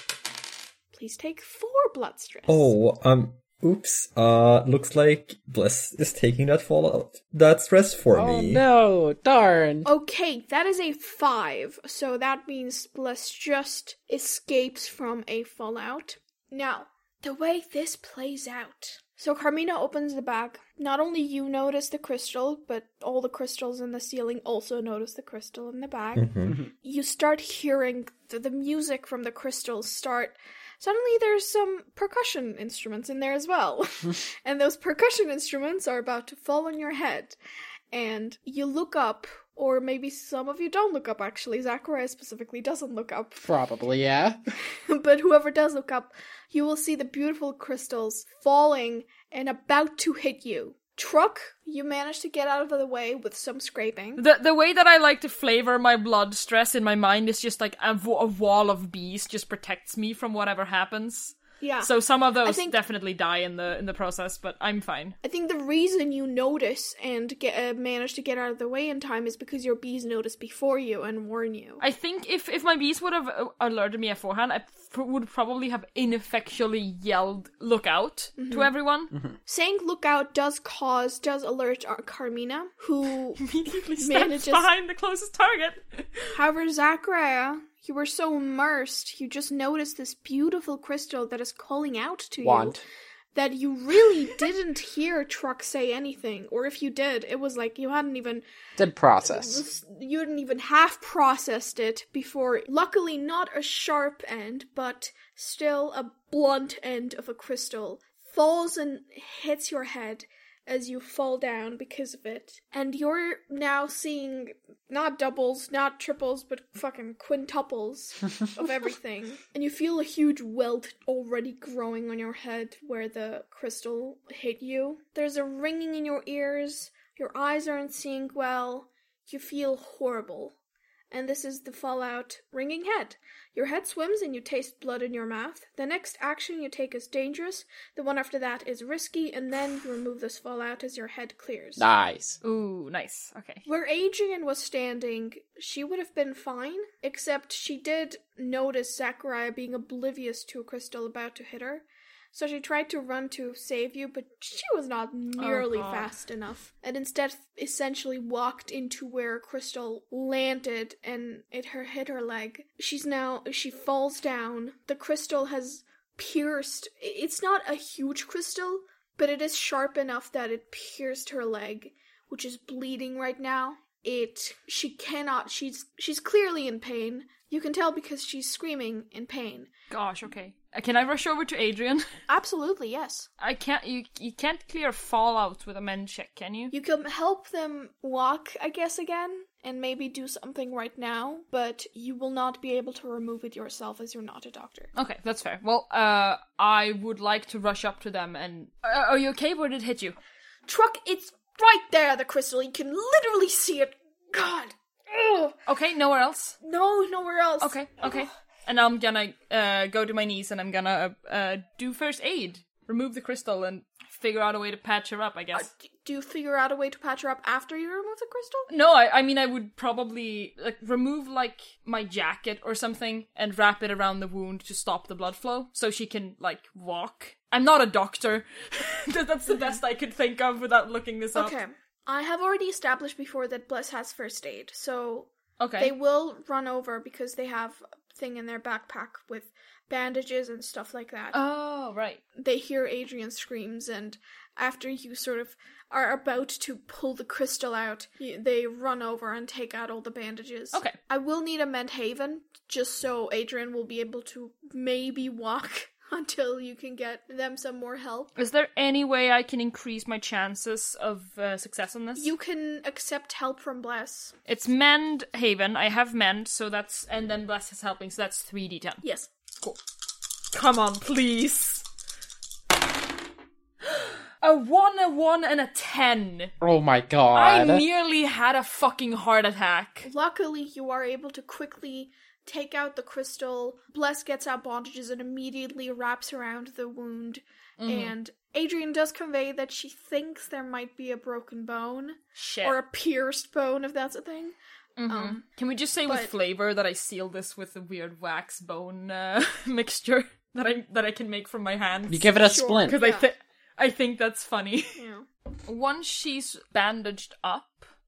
Speaker 1: please take four blood stress.
Speaker 3: Oh, um, oops. Uh, looks like Bliss is taking that fallout, that stress for
Speaker 2: Oh
Speaker 3: me.
Speaker 2: no, darn.
Speaker 1: Okay, that is a five. So that means Bless just escapes from a fallout. Now, the way this plays out. So Carmina opens the bag. Not only you notice the crystal, but all the crystals in the ceiling also notice the crystal in the bag. You start hearing the, the music from the crystals start. Suddenly, there's some percussion instruments in there as well. and those percussion instruments are about to fall on your head and you look up, or maybe some of you don't look up actually. Zachariah specifically doesn't look up,
Speaker 2: Probably, yeah.
Speaker 1: but whoever does look up, you will see the beautiful crystals falling and about to hit you. Truck, you manage to get out of the way with some scraping.
Speaker 4: The the way that I like to flavor my blood stress in my mind is just like a, w- a wall of bees just protects me from whatever happens.
Speaker 1: Yeah.
Speaker 4: So some of those
Speaker 1: think-
Speaker 4: definitely die in the in the process, but I'm fine.
Speaker 1: I think the reason you notice and get, uh, manage to get out of the way in time is because your bees notice before you and warn you.
Speaker 4: I think if if my bees would have uh, alerted me beforehand, I f- would probably have ineffectually yelled "Look out!" to everyone.
Speaker 1: Saying "look out" does cause does alert our Carmina, who
Speaker 4: Immediately steps
Speaker 1: Manages-
Speaker 4: behind the closest target.
Speaker 1: However, Zachariah, you were so immersed, you just noticed this beautiful crystal that is calling out to
Speaker 2: Want.
Speaker 1: you that you really didn't hear Truck say anything, or if you did, it was like you hadn't even
Speaker 2: Did process.
Speaker 1: you hadn't even half processed it before. Luckily, not a sharp end, but still a blunt end of a crystal falls and hits your head as you fall down because of it. And you're now seeing not doubles, not triples, but fucking quintuples of everything. And you feel a huge welt already growing on your head where the crystal hit you. There's a ringing in your ears. Your eyes aren't seeing well. You feel horrible. and this is the fallout Ringing Head. Your head swims and you taste blood in your mouth. The next action you take is dangerous, the one after that is risky, and then you remove this fallout as your head clears.
Speaker 2: Nice.
Speaker 4: Ooh, nice. Okay.
Speaker 1: Where Adrian was standing, she would have been fine, except she did notice Zachariah being oblivious to a crystal about to hit her. So she tried to run to save you, but she was not nearly
Speaker 4: God.
Speaker 1: fast enough, and instead essentially walked into where Crystal landed, and it her hit her leg. She's now she falls down. The crystal has pierced. i- It's not a huge crystal, but it is sharp enough that it pierced her leg which is bleeding right now. It she cannot she's she's clearly in pain. You can tell because she's screaming in pain.
Speaker 4: Gosh, okay. Uh, Can I rush over to Adrian?
Speaker 1: Absolutely, yes.
Speaker 4: I can't. You you can't clear fallout with a men check, can you?
Speaker 1: You can help them walk, I guess again, and maybe do something right now, but you will not be able to remove it yourself as you're not a doctor.
Speaker 4: Okay, that's fair. Well, uh, I would like to rush up to them and. Uh, are you okay? Where did it hit you?
Speaker 1: Truck, it's right there, the crystal. You can literally see it. God. Ugh.
Speaker 4: Okay, nowhere else.
Speaker 1: No, nowhere else.
Speaker 4: Okay, okay. And I'm gonna uh, go to my knees and I'm gonna uh, uh, do first aid, remove the crystal, and figure out a way to patch her up. I guess.
Speaker 1: D- Do you figure out a way to patch her up after you remove the crystal?
Speaker 4: No, I, I mean I would probably like remove like my jacket or something and wrap it around the wound to stop the blood flow so she can like walk. I'm not a doctor. That- That's the best I could think of without looking this up.
Speaker 1: Okay. I have already established before that Bliss has first aid, so
Speaker 4: Okay.
Speaker 1: they will run over because they have a thing in their backpack with bandages and stuff like that.
Speaker 4: Oh, right.
Speaker 1: they hear Adrian's screams, and after you sort of are about to pull the crystal out, y- they run over and take out all the bandages.
Speaker 4: Okay.
Speaker 1: I will need a mend haven just so Adrian will be able to maybe walk until you can get them some more help.
Speaker 4: Is there any way I can increase my chances of uh, success on this?
Speaker 1: You can accept help from Bless.
Speaker 4: It's mend haven. I have mend, so that's and then bless is helping, so that's 3d10.
Speaker 1: Yes.
Speaker 4: Cool. Come on, please. A one, a one, and a ten.
Speaker 2: Oh my
Speaker 4: I
Speaker 2: god.
Speaker 4: nearly had a fucking heart attack.
Speaker 1: Luckily, you are able to quickly take out the crystal. Bless gets out bandages and immediately wraps around the wound. And Adrian does convey that she thinks there might be a broken bone
Speaker 4: Shit.
Speaker 1: or a pierced bone, if that's a thing. Um,
Speaker 4: Can we just say with
Speaker 1: but-
Speaker 4: flavor that I seal this with a weird wax bone uh, mixture that I that I can make from my hands?
Speaker 2: you give it a
Speaker 1: Sure,
Speaker 2: splint.
Speaker 4: because I think I think that's funny.
Speaker 1: you know.
Speaker 4: Once she's bandaged up,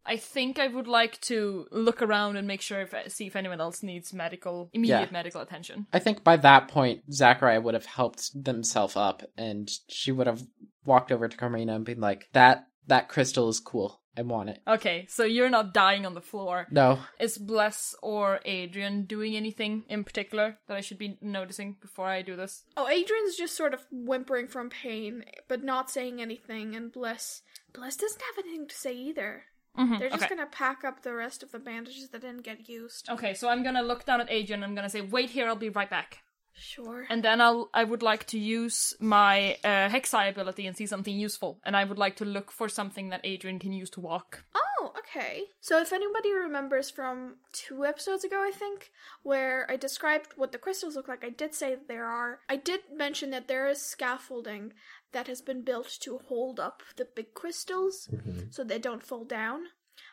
Speaker 4: I think I would like to look around and make sure if see if anyone else needs medical immediate
Speaker 2: Yeah.
Speaker 4: medical attention.
Speaker 2: I think by that point, Zachariah would have helped themselves up, and she would have walked over to Carmina and been like, "That that crystal is cool. I want it."
Speaker 4: Okay, so you're not dying on the floor.
Speaker 2: No,
Speaker 4: Is Bless or Adrian doing anything in particular that I should be noticing before I do this?
Speaker 1: Oh, Adrian's just sort of whimpering from pain, but not saying anything. And Bless, Bless doesn't have anything to say either. They're just
Speaker 4: okay. Oh.
Speaker 1: gonna pack up the rest of the bandages that didn't get used.
Speaker 4: Okay, so I'm gonna look down at Adrian. I'm gonna say, "Wait here, I'll be right back."
Speaker 1: Sure.
Speaker 4: And then I'll I would like to use my uh, hexi ability and see something useful. And I would like to look for something that Adrian can use to walk.
Speaker 1: Oh, okay. So if anybody remembers from two episodes ago, I think, where I described what the crystals look like, I did say that there are. I did mention that there is scaffolding that has been built to hold up the big crystals so they don't fall down.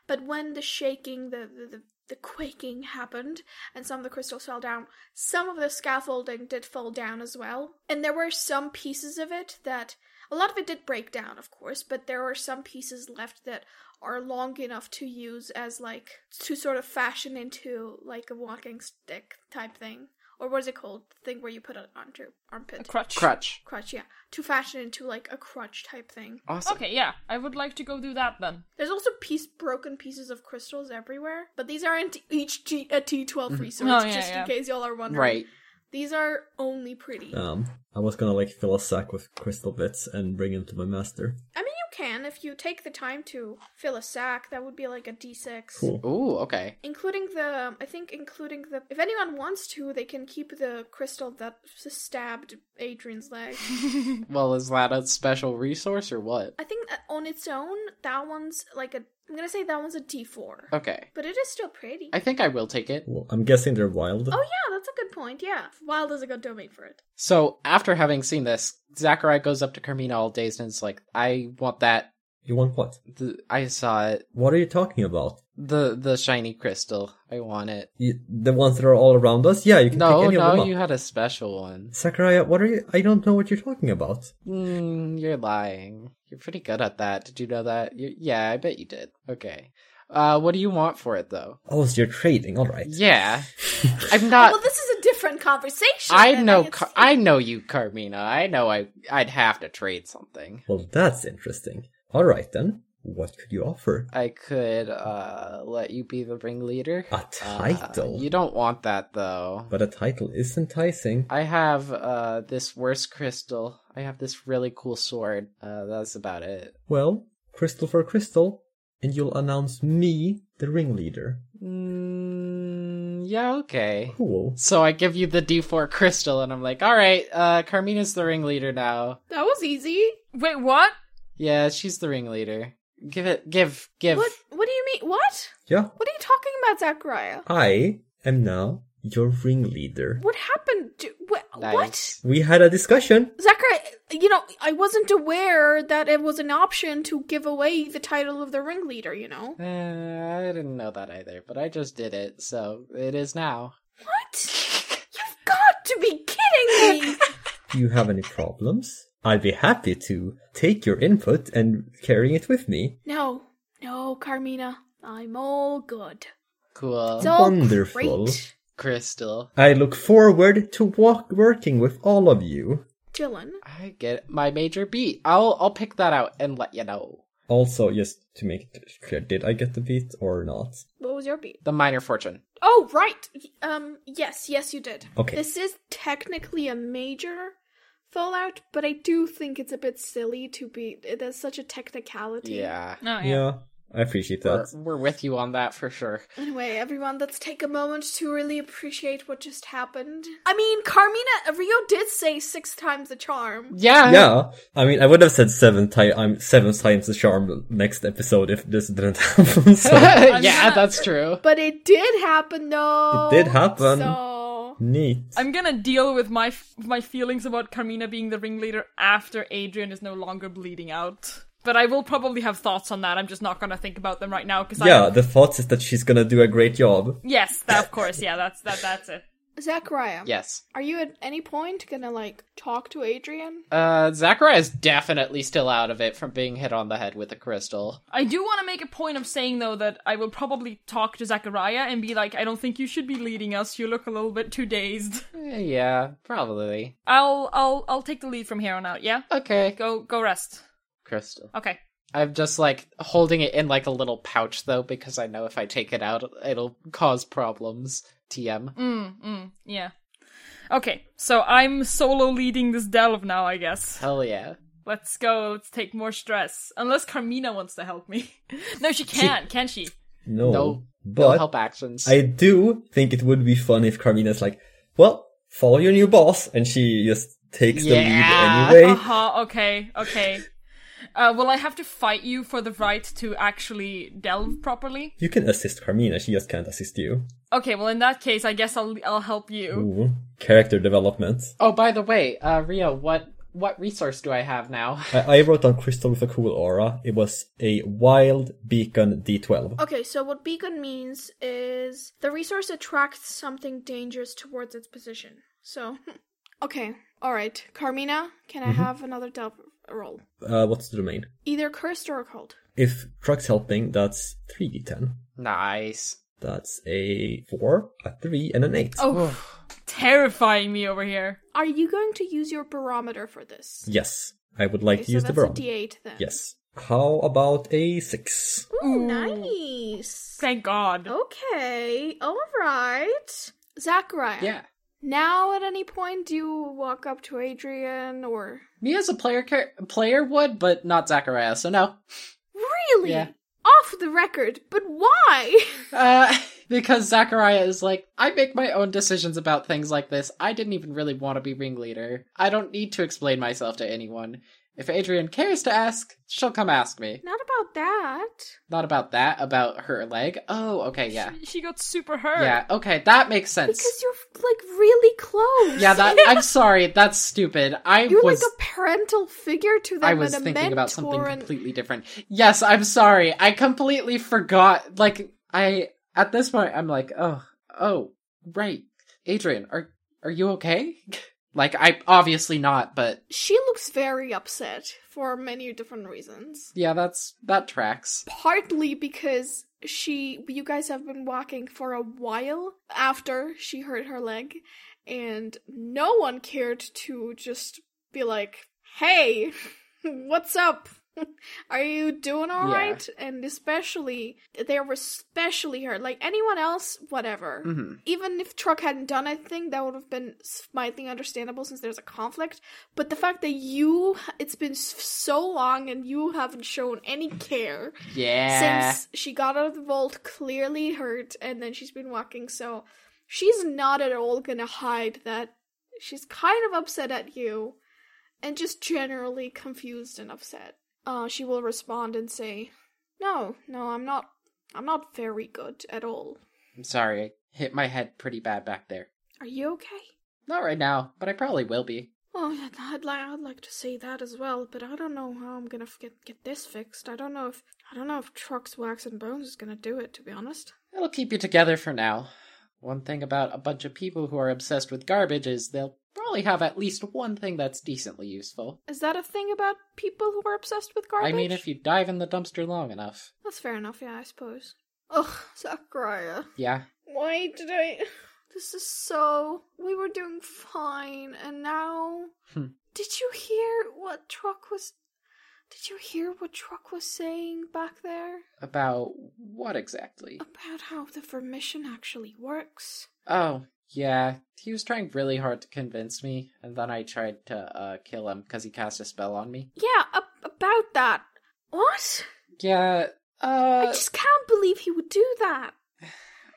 Speaker 1: But when the shaking, the, the, the, the quaking happened, and some of the crystals fell down, some of the scaffolding did fall down as well. And there were some pieces of it that. A lot of it did break down, of course, but there were some pieces left that are long enough to use as, like, to sort of fashion into, like, a walking stick type thing. Or what is it called? The thing where you put it onto your armpit.
Speaker 4: A crutch.
Speaker 2: crutch.
Speaker 1: crutch, yeah. To fashion into, like, a crutch type thing.
Speaker 2: Awesome.
Speaker 4: Okay, yeah, I would like to go do that then.
Speaker 1: There's also piece broken pieces of crystals everywhere, but these aren't each G- a T12 resource,
Speaker 4: Oh, yeah,
Speaker 1: just
Speaker 4: yeah.
Speaker 1: in case y'all are wondering.
Speaker 2: Right.
Speaker 1: These are only pretty.
Speaker 3: Um, I was gonna like fill a sack with crystal bits and bring him to my master.
Speaker 1: I mean, you can if you take the time to fill a sack. That would be like a D6.
Speaker 3: Cool.
Speaker 2: Ooh. Okay.
Speaker 1: Including the, I think, including the. If anyone wants to, they can keep the crystal that s- stabbed Adrian's leg.
Speaker 2: Well, is that a special resource or what?
Speaker 1: uh, I think that on its own, that one's like a I'm gonna say that one's a D4.
Speaker 4: Oh.
Speaker 2: Okay.
Speaker 1: But it is still pretty.
Speaker 2: I think I will take it.
Speaker 3: Well, I'm guessing they're wild.
Speaker 1: Oh yeah, that's a good point. Yeah, wild is a good domain for it.
Speaker 2: So after having seen this, Zachariah goes up to Carmina all dazed and is like, I want that.
Speaker 3: You want what?
Speaker 2: The, I saw it.
Speaker 3: What are you talking about?
Speaker 2: The the shiny crystal. I want it.
Speaker 3: You, the ones that are all around us? Yeah, you can
Speaker 2: No,
Speaker 3: pick any of
Speaker 2: no,
Speaker 3: them
Speaker 2: you
Speaker 3: up.
Speaker 2: had a special one.
Speaker 3: Sakuraya, what are you? I don't know what you're talking about.
Speaker 2: Mm, you're lying. You're pretty good at that. Did you know that? You, yeah, I bet you did. Okay. Uh, what do you want for it though?
Speaker 3: Oh, so you're trading? All right.
Speaker 2: Yeah, I'm not.
Speaker 1: well, this is a different conversation.
Speaker 2: I
Speaker 1: than
Speaker 2: know.
Speaker 1: it's-
Speaker 2: Car- I know you, Carmina. I know. I I'd have to trade something.
Speaker 3: Well, that's interesting. All right then. What could you offer?
Speaker 2: I could uh let you be the ringleader.
Speaker 3: A title.
Speaker 2: Uh, you don't want that though.
Speaker 3: But a title is enticing.
Speaker 2: I have uh this worst crystal. I have this really cool sword. Uh, that's about it.
Speaker 3: Well, crystal for crystal, and you'll announce me the ringleader.
Speaker 2: Mm, yeah. Okay.
Speaker 3: Cool.
Speaker 2: So I give you the D4 crystal, and I'm like, all right, uh, Carmina's the ringleader now.
Speaker 1: that was easy.
Speaker 4: Wait, what?
Speaker 2: Yeah, she's the ringleader. Give it, give, give.
Speaker 1: What? What do you mean? What?
Speaker 3: Yeah,
Speaker 1: What are you talking about, Zachariah?
Speaker 3: I am now your ringleader.
Speaker 1: What happened? To, wh- What?
Speaker 2: Nice.
Speaker 3: We had a discussion.
Speaker 1: Zachariah, you know, I wasn't aware that it was an option to give away the title of the ringleader. You know
Speaker 2: Uh, I didn't know that either, but I just did it, so it is now.
Speaker 1: what? You've got to be kidding me.
Speaker 3: Do you have any problems? I'd be happy to take your input and carry it with me.
Speaker 1: no, no, Carmina, I'm all good.
Speaker 2: Cool.
Speaker 1: It's all
Speaker 3: Wonderful.
Speaker 1: great.
Speaker 2: crystal.
Speaker 3: I look forward to walk working with all of you.
Speaker 1: Dylan,
Speaker 2: I get my major beat. I'll I'll pick that out and let you know.
Speaker 3: Also, just to make it clear, did I get the beat or not?
Speaker 1: what was your beat?
Speaker 2: The minor fortune.
Speaker 1: Oh, right. Y- Um, yes, yes, you did.
Speaker 3: Okay.
Speaker 1: This is technically a major fallout, but I do think it's a bit silly to be. There's such a technicality.
Speaker 2: Yeah.
Speaker 4: No,
Speaker 3: Oh, yeah. I appreciate
Speaker 2: We're,
Speaker 3: that.
Speaker 2: we're with you on that for sure.
Speaker 1: Anyway, everyone, let's take a moment to really appreciate what just happened. I mean, Carmina Rio did say six times the charm.
Speaker 2: Yeah.
Speaker 3: Yeah, I mean, I would have said seven times. I'm seven times the charm next episode if this didn't happen. So
Speaker 2: yeah,
Speaker 4: gonna-
Speaker 2: that's true.
Speaker 1: But it did happen, though.
Speaker 3: It did happen.
Speaker 1: So.
Speaker 3: neat.
Speaker 4: I'm gonna deal with my f- my feelings about Carmina being the ringleader after Adrian is no longer bleeding out. But I will probably have thoughts on that. I'm just not gonna think about them right now because
Speaker 3: yeah,
Speaker 4: I
Speaker 3: the thought is that she's gonna do a great job.
Speaker 4: yes, that, of course, yeah, that's that that's it.
Speaker 1: Zachariah,
Speaker 2: Yes.
Speaker 1: are you at any point gonna, like, talk to Adrian?
Speaker 2: Uh, Zachariah is definitely still out of it from being hit on the head with a crystal.
Speaker 4: I do want to make a point of saying though that I will probably talk to Zachariah and be like, I don't think you should be leading us. You look a little bit too dazed.
Speaker 2: Eh, Yeah, probably.
Speaker 4: I'll I'll I'll take the lead from here on out. Yeah,
Speaker 2: Okay.
Speaker 4: go go rest.
Speaker 2: Crystal.
Speaker 4: Okay.
Speaker 2: I'm just like holding it in like a little pouch though, because I know if I take it out, it'll cause problems. TM.
Speaker 4: Mm, mm, yeah. Okay, so I'm solo leading this delve now, I guess.
Speaker 2: Hell yeah.
Speaker 4: Let's go. Let's take more stress. Unless Carmina wants to help me. no, she can't. Can she?
Speaker 2: No.
Speaker 3: No,
Speaker 2: No
Speaker 3: but
Speaker 2: help actions.
Speaker 3: I do think it would be fun if Carmina's like, well, follow your new boss, and she just takes
Speaker 2: Yeah.
Speaker 3: the lead
Speaker 4: Uh
Speaker 3: anyway.
Speaker 4: huh. Okay. Okay. Uh, will I have to fight you for the right to actually delve properly?
Speaker 3: You can assist Carmina, she just can't assist you.
Speaker 4: Okay. Well, in that case, I guess I'll I'll help you.
Speaker 3: Ooh, character development.
Speaker 2: oh, by the way, uh, Rio, what what resource do I have now?
Speaker 3: I, I wrote down crystal with a cool aura. It was a wild beacon D12.
Speaker 1: Okay, so what beacon means is the resource attracts something dangerous towards its position. So, okay, all right, Carmina, can I
Speaker 3: Mm-hmm.
Speaker 1: have another delve roll?
Speaker 3: Uh, what's the domain?
Speaker 1: Either cursed or occult.
Speaker 3: If truck's helping, that's 3D10.
Speaker 2: nice.
Speaker 3: That's a 4, a 3, and an 8.
Speaker 4: Oh, terrifying me over here.
Speaker 1: Are you going to use your barometer for this?
Speaker 3: Yes, I would like
Speaker 1: Okay, so
Speaker 3: to use the
Speaker 1: that's
Speaker 3: barometer.
Speaker 1: a D8 then.
Speaker 3: Yes. How about a 6?
Speaker 1: Ooh, nice.
Speaker 4: Thank God.
Speaker 1: Okay, all right. Zachariah.
Speaker 2: Yeah.
Speaker 1: Now, at any point, do you walk up to Adrian or.
Speaker 2: Me as a player car- player would, but not Zachariah, so no.
Speaker 1: Really?
Speaker 2: Yeah.
Speaker 1: Off the record, but why?
Speaker 2: Uh because Zachariah is like, I make my own decisions about things like this. I didn't even really want to be ringleader. I don't need to explain myself to anyone. If Adrian cares to ask, she'll come ask me.
Speaker 1: Not about that.
Speaker 2: Not about that, about her leg. Oh, okay, yeah.
Speaker 4: She, she got super hurt.
Speaker 2: Yeah, okay, that makes sense.
Speaker 1: Because you're like really close.
Speaker 2: yeah, that I'm sorry, that's stupid. I
Speaker 1: You're
Speaker 2: was
Speaker 1: like a parental figure to them.
Speaker 2: I was
Speaker 1: and a
Speaker 2: thinking
Speaker 1: mentor
Speaker 2: about something
Speaker 1: and...
Speaker 2: completely different. Yes, I'm sorry. I completely forgot. Like I at this point I'm like, "Oh, oh, right. Adrian, are are you okay?" like I obviously not, but
Speaker 1: She looks very upset for many different reasons.
Speaker 2: yeah, that's that tracks.
Speaker 1: Partly because she, you guys have been walking for a while after she hurt her leg, and no one cared to just be like, hey, what's up? Are you doing all
Speaker 2: Yeah.
Speaker 1: right? And especially, they were especially hurt. Like anyone else, whatever.
Speaker 2: Mhm.
Speaker 1: even if Truck hadn't done anything, that would have been slightly understandable since there's a conflict. But the fact that you, it's been s- so long and you haven't shown any care
Speaker 2: Yeah.
Speaker 1: since she got out of the vault, clearly hurt, and then she's been walking, so she's not at all gonna hide that she's kind of upset at you and just generally confused and upset. Uh, she will respond and say, No, no, I'm not. I'm not very good at all.
Speaker 2: I'm sorry. I hit my head pretty bad back there.
Speaker 1: Are you okay?
Speaker 2: Not right now, but I probably will be.
Speaker 1: Well, yeah, I'd like I'd like to say that as well, but I don't know how I'm gonna f- get get this fixed. I don't know if I don't know if trucks, wax, and bones is gonna do it. To be honest,
Speaker 2: It'll keep you together for now. One thing about a bunch of people who are obsessed with garbage is they'll probably have at least one thing that's decently useful.
Speaker 1: is that a thing about people who are obsessed with garbage?
Speaker 2: I mean, if you dive in the dumpster long enough.
Speaker 1: that's fair enough. Yeah, I suppose. Ugh, Zachariah,
Speaker 2: Yeah.
Speaker 1: why did I? This is so. We were doing fine, and now.
Speaker 2: Hmm.
Speaker 1: Did you hear what truck was? Did you hear what truck was saying back there
Speaker 2: About what exactly?
Speaker 1: about how the vermission actually works?
Speaker 2: Oh, yeah. He was trying really hard to convince me, and then I tried to uh, kill him because he cast a spell on me.
Speaker 1: Yeah, ab- about that. What?
Speaker 2: Yeah.
Speaker 1: I
Speaker 2: Uh,
Speaker 1: just can't believe he would do that.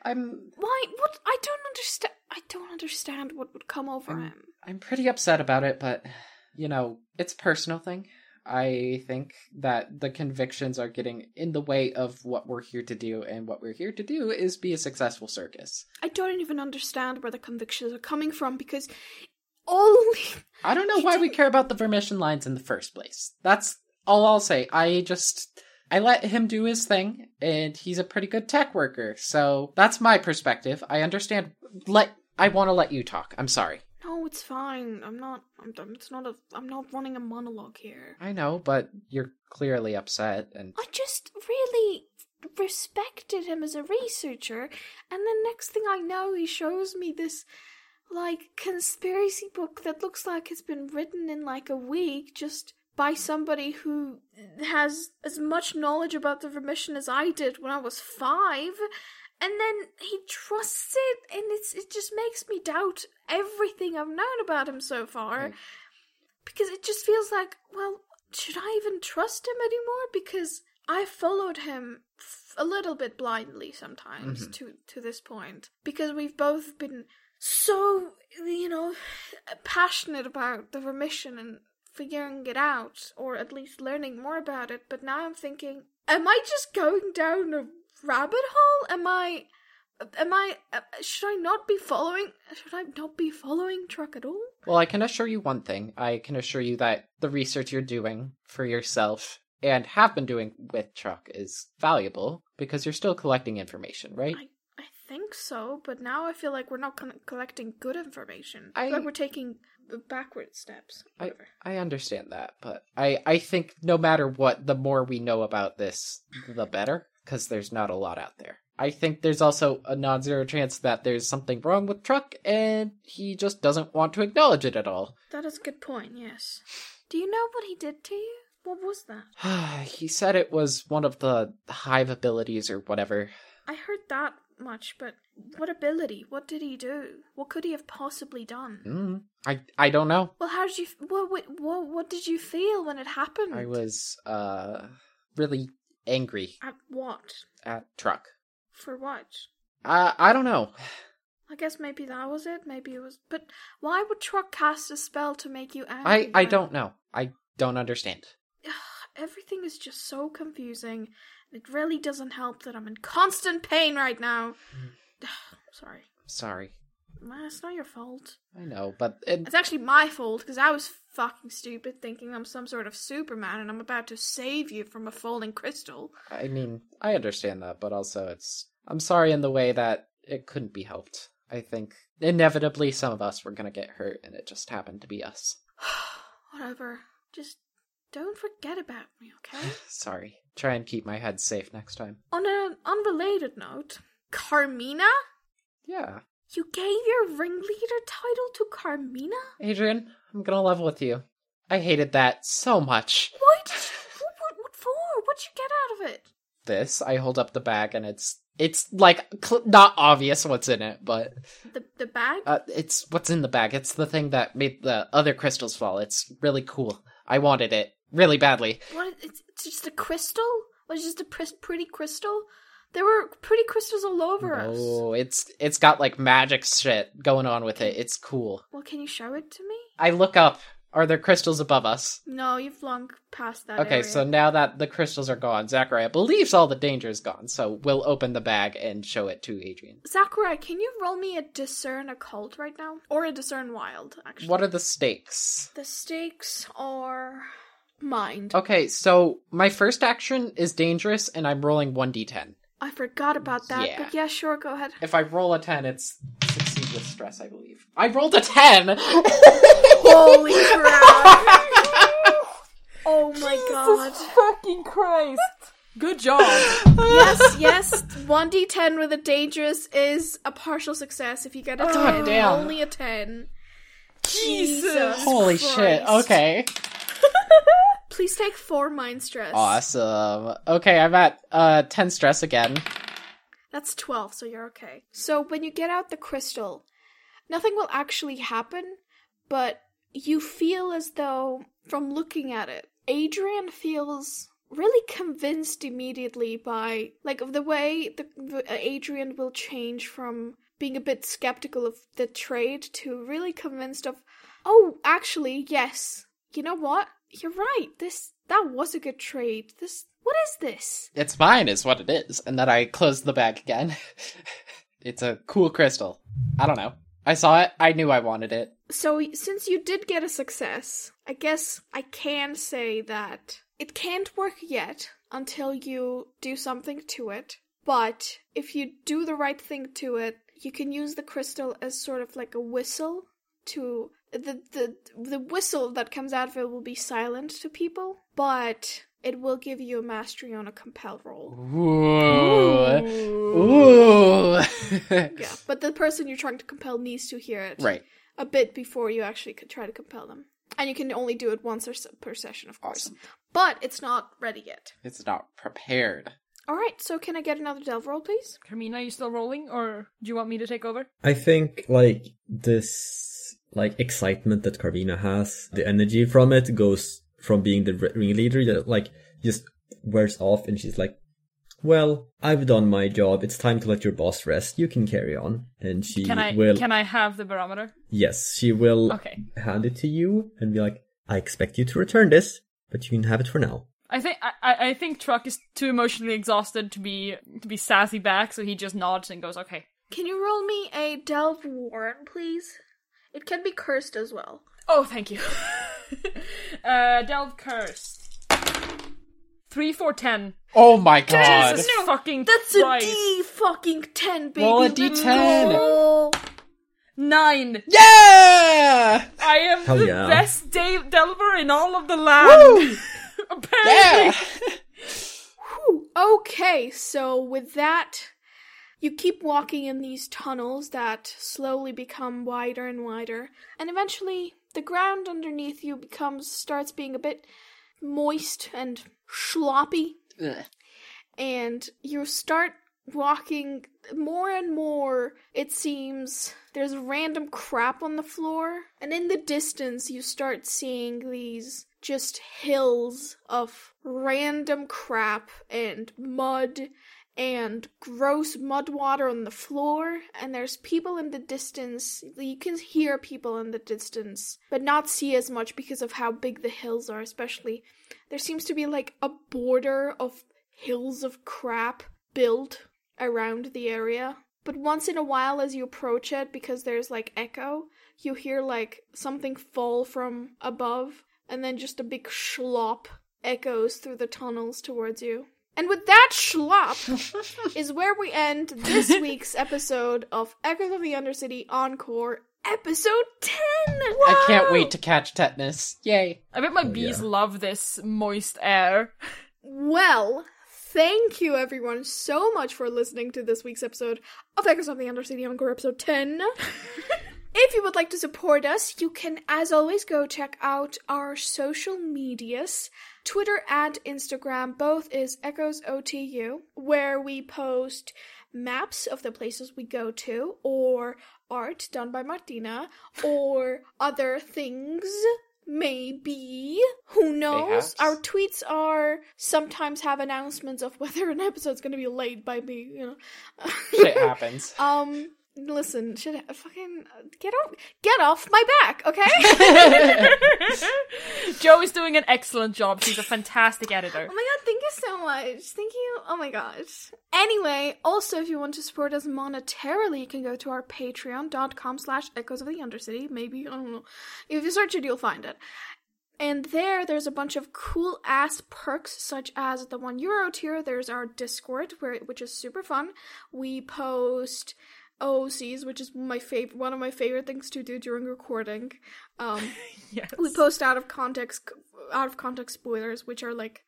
Speaker 2: I'm
Speaker 1: Why? What? I don't understand. I don't understand what would come over
Speaker 2: Um,
Speaker 1: him.
Speaker 2: I'm pretty upset about it, but you know, it's a personal thing. I think that the convictions are getting in the way of what we're here to do, and what we're here to do is be a successful circus.
Speaker 1: I don't even understand where the convictions are coming from because only
Speaker 2: I don't know
Speaker 1: You
Speaker 2: why we
Speaker 1: didn't-
Speaker 2: care about the vermission lines in the first place. That's all I'll say. I just I let him do his thing, and he's a pretty good tech worker, so that's my perspective. I understand. Let I want to let you talk. I'm sorry.
Speaker 1: no, it's fine. I'm not. I'm. I'm- It's not a. I'm not running a monologue here.
Speaker 2: I know, but you're clearly upset, and
Speaker 1: I just really respected him as a researcher, and then next thing I know, he shows me this like conspiracy book that looks like it's been written in like a week just by somebody who has as much knowledge about the remission as I did when I was five. And then he trusts it, and it's it just makes me doubt everything I've known about him so far
Speaker 2: Right.
Speaker 1: because it just feels like, well, should I even trust him anymore? Because I followed him f- a little bit blindly sometimes
Speaker 2: Mhm.
Speaker 1: to to this point because we've both been so you know passionate about the remission and figuring it out or at least learning more about it but now i'm thinking am i just going down a rabbit hole am i am i uh, should i not be following should i not be following truck at all
Speaker 2: Well, I can assure you one thing. I can assure you that the research you're doing for yourself and have been doing with Truck is valuable because you're still collecting information, right?
Speaker 1: I, I think so, but now I feel like we're not con- collecting good information. I
Speaker 2: I-
Speaker 1: feel like we're taking b- backward steps.
Speaker 2: I,
Speaker 1: Whatever.
Speaker 2: I understand that, but I, I think no matter what, the more we know about this, the better, because there's not a lot out there. I think there's also a non zero chance that there's something wrong with Truck and he just doesn't want to acknowledge it at all.
Speaker 1: That is a good point, yes. Do you know what he did to you? What was that?
Speaker 2: he said it was one of the hive abilities or whatever.
Speaker 1: I heard that much, but what ability? What did he do? What could he have possibly done?
Speaker 2: Mm, I, I don't know.
Speaker 1: Well, how did you? f- What, what what what did you feel when it happened?
Speaker 2: I was uh really angry
Speaker 1: At what?
Speaker 2: at Truck.
Speaker 1: For what?
Speaker 2: Uh, I don't know.
Speaker 1: I guess maybe that was it. Maybe it was. But why would Truck cast a spell to make you angry?
Speaker 2: I, I
Speaker 1: when-
Speaker 2: don't know. I don't understand.
Speaker 1: Everything is just so confusing. It really doesn't help that I'm in constant pain right now. Sorry.
Speaker 2: Sorry.
Speaker 1: Nah, It's not your fault.
Speaker 2: I know, but it,
Speaker 1: It's actually my fault because I was fucking stupid thinking I'm some sort of Superman and I'm about to save you from a falling crystal.
Speaker 2: I mean, I understand that, but also it's. I'm sorry in the way that it couldn't be helped. I think inevitably some of us were gonna get hurt, and it just happened to be us.
Speaker 1: Whatever. Just don't forget about me, okay?
Speaker 2: Sorry. Try and keep my head safe next time.
Speaker 1: On an unrelated note, Carmina?
Speaker 2: Yeah.
Speaker 1: You gave your ringleader title to Carmina?
Speaker 2: Adrian, I'm gonna level with you. I hated that so much.
Speaker 1: Why did you, what, what, what for? What'd you get out of it?
Speaker 2: This, I hold up the bag, and it's. It's like cl- not obvious what's in it, but
Speaker 1: The, the bag?
Speaker 2: uh, it's what's in the bag. It's the thing that made the other crystals fall. It's really cool. I wanted it really badly.
Speaker 1: What? It's, it's just a crystal? Was just a pres- pretty crystal? There were pretty crystals all over us.
Speaker 2: Oh, it's it's got like magic shit going on with it. It's cool.
Speaker 1: Well, can you show it to me?
Speaker 2: I look up. Are there crystals above us?
Speaker 1: No, you've long passed that.
Speaker 2: Okay,
Speaker 1: area.
Speaker 2: so now that the crystals are gone, Zachariah believes all the danger is gone. So we'll open the bag and show it to Adrian.
Speaker 1: Sakurai, can you roll me a discern occult right now, or a discern wild? Actually,
Speaker 2: What are the stakes?
Speaker 1: the stakes are mind.
Speaker 2: Okay, so my first action is dangerous, and I'm rolling one d10.
Speaker 1: I forgot about that,
Speaker 2: Yeah.
Speaker 1: but yeah, sure, go ahead.
Speaker 2: If I roll a ten, it's succeed with stress, I believe. I rolled a ten.
Speaker 1: Holy crap! oh my god!
Speaker 4: Fucking Christ! Good job.
Speaker 1: Yes, yes. One d10 with a dangerous is a partial success. If you get a
Speaker 2: God
Speaker 1: ten,
Speaker 2: damn.
Speaker 1: only a ten. Jesus.
Speaker 2: Holy shit.
Speaker 1: Christ.
Speaker 2: Okay.
Speaker 1: Please take four mind stress.
Speaker 2: Awesome. Okay, I'm at uh 10 stress again.
Speaker 1: That's 12, so you're okay. So when you get out the crystal, nothing will actually happen, but you feel as though, from looking at it, Adrian feels really convinced immediately by, like, of the way the, the uh, Adrian will change from being a bit skeptical of the trade to really convinced of, oh, actually, yes, you know what? You're right. This, that was a good trade. This, what is this?
Speaker 2: It's mine is what it is. And then I close the bag again. it's a cool crystal. I don't know. I saw it. I knew I wanted it.
Speaker 1: So, since you did get a success, I guess I can say that it can't work yet until you do something to it. But if you do the right thing to it, you can use the crystal as sort of like a whistle to the the the whistle that comes out of it will be silent to people, but it will give you a mastery on a compel roll.
Speaker 2: Ooh. Ooh.
Speaker 1: Yeah, but the person you're trying to compel needs to hear it.
Speaker 2: right.
Speaker 1: a bit before you actually could try to compel them. And you can only do it once or s- per session, of course.
Speaker 2: Awesome.
Speaker 1: But it's not ready yet.
Speaker 2: It's not prepared.
Speaker 1: All right, so can I get another delve roll, please?
Speaker 4: Carmina, you still rolling, or do you want me to take over?
Speaker 3: I think like this like excitement that Carvina has, the energy from it goes from being the ri- ringleader that like just wears off and she's like, "Well, I've done my job. It's time to let your boss rest. You can carry on." And she
Speaker 4: Can I
Speaker 3: will
Speaker 4: can I have the barometer?
Speaker 3: yes, she will
Speaker 4: Okay.
Speaker 3: hand it to you and be like, "I expect you to return this, but you can have it for now."
Speaker 4: I think I, I I think Truck is too emotionally exhausted to be to be sassy back, so he just nods and goes, "Okay."
Speaker 1: Can you roll me a delve warren, please? It can be cursed as well.
Speaker 4: Oh, thank you. uh, delve curse. Three, four, ten.
Speaker 2: Oh my god.
Speaker 4: Jesus fucking
Speaker 1: That's
Speaker 4: Christ.
Speaker 1: a D fucking 10, baby.
Speaker 2: Roll a
Speaker 1: Let's
Speaker 2: D10.
Speaker 1: go.
Speaker 4: Nine.
Speaker 2: Yeah!
Speaker 4: I am
Speaker 3: Hell
Speaker 4: the
Speaker 3: yeah.
Speaker 4: best Dave Delver in all of the land. Apparently.
Speaker 2: Yeah!
Speaker 1: Whew. Okay, so with that, you keep walking in these tunnels that slowly become wider and wider, and eventually the ground underneath you becomes starts being a bit moist and sloppy,
Speaker 2: Ugh.
Speaker 1: and you start walking more and more. It seems there's random crap on the floor, and in the distance, you start seeing these just hills of random crap and mud and gross mud water on the floor, and there's people in the distance. You can hear people in the distance, but not see as much because of how big the hills are, especially. There seems to be like a border of hills of crap built around the area. But once in a while, as you approach it, because there's like echo, you hear like something fall from above, and then just a big schlop echoes through the tunnels towards you. And with that schlop is where we end this week's episode of Echoes of the Undercity Encore, episode 10!
Speaker 2: I can't wait to catch tetanus. Yay.
Speaker 4: I bet my bees
Speaker 3: yeah.
Speaker 4: love this moist air.
Speaker 1: Well, thank you everyone so much for listening to this week's episode of Echoes of the Undercity Encore, episode 10. If you would like to support us, you can, as always, go check out our social medias Twitter and Instagram, both is Echoes OTU, where we post maps of the places we go to, or art done by Martina, or other things. Maybe. Who knows?
Speaker 2: Mayhaps.
Speaker 1: Our tweets are sometimes have announcements of whether an episode's gonna be late by me, you know.
Speaker 2: Shit happens.
Speaker 1: Um, listen, should I fucking get off, get off my back, okay?
Speaker 4: Joe is doing an excellent job. She's a fantastic editor.
Speaker 1: Oh my god, thank you so much. Thank you. Oh my gosh. Anyway, also if you want to support us monetarily, you can go to our patreon.com slash echoes of the undercity. Maybe I don't know. If you search it, you'll find it. And there there's a bunch of cool ass perks such as the one euro tier, there's our Discord where which is super fun. We post OOCs, which is my favorite one of my favorite things to do during recording. Um
Speaker 4: Yes.
Speaker 1: we post out of context out of context spoilers which are like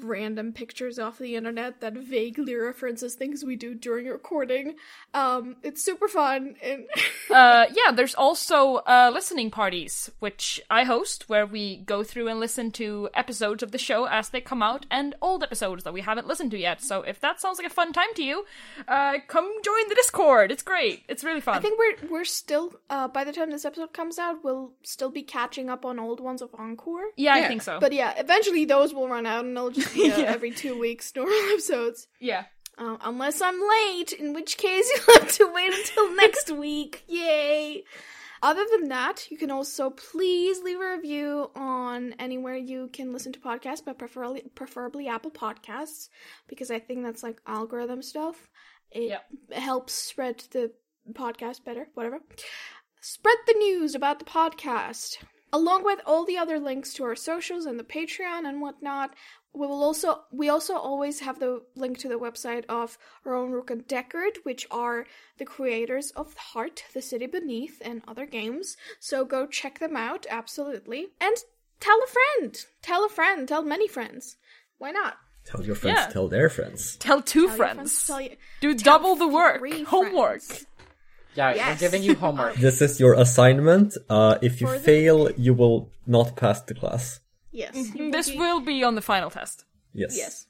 Speaker 1: random pictures off the internet that vaguely references things we do during recording um it's super fun and
Speaker 4: Uh, yeah, there's also uh, listening parties, which I host, where we go through and listen to episodes of the show as they come out and old episodes that we haven't listened to yet. So if that sounds like a fun time to you, uh, come join the Discord. It's great. It's really fun.
Speaker 1: i think we're we're still uh by the time this episode comes out we'll still be catching up on old ones of encore
Speaker 4: yeah, I
Speaker 2: Yeah.
Speaker 4: think so.
Speaker 1: but yeah eventually those will run out and they'll just be uh,
Speaker 4: Yeah.
Speaker 1: every two weeks normal episodes
Speaker 4: yeah.
Speaker 1: um, unless i'm late in which case you'll have to wait until next week yay Other than that, you can also please leave a review on anywhere you can listen to podcasts, but preferably, preferably Apple Podcasts, because I think that's like algorithm stuff. It
Speaker 4: Yep.
Speaker 1: helps spread the podcast better, whatever. Spread the news about the podcast. Along with all the other links to our socials and the Patreon and whatnot, we will also we also always have the link to the website of Rowan Rook and Deckard, which are the creators of Heart, The City Beneath, and other games. So go check them out, absolutely. And tell a friend. Tell a friend. Tell many friends. Why not?
Speaker 3: Tell your friends,
Speaker 4: Yeah.
Speaker 3: to tell their friends.
Speaker 4: Tell two
Speaker 1: Tell your
Speaker 4: friends.
Speaker 1: tell you-
Speaker 4: Do
Speaker 1: tell
Speaker 4: double the work.
Speaker 1: three
Speaker 4: Homework.
Speaker 1: friends.
Speaker 2: Yeah,
Speaker 1: Yes.
Speaker 2: we're giving you homework.
Speaker 3: This is your assignment. Uh, if you
Speaker 1: For the-
Speaker 3: fail, you will not pass the class.
Speaker 1: Yes. you
Speaker 4: Mm-hmm. This
Speaker 1: be-
Speaker 4: will be on the final test.
Speaker 3: Yes.
Speaker 1: Yes.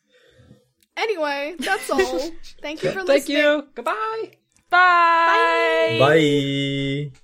Speaker 1: Anyway, that's all. Thank you for listening.
Speaker 2: Thank you. Goodbye.
Speaker 4: Bye.
Speaker 3: Bye.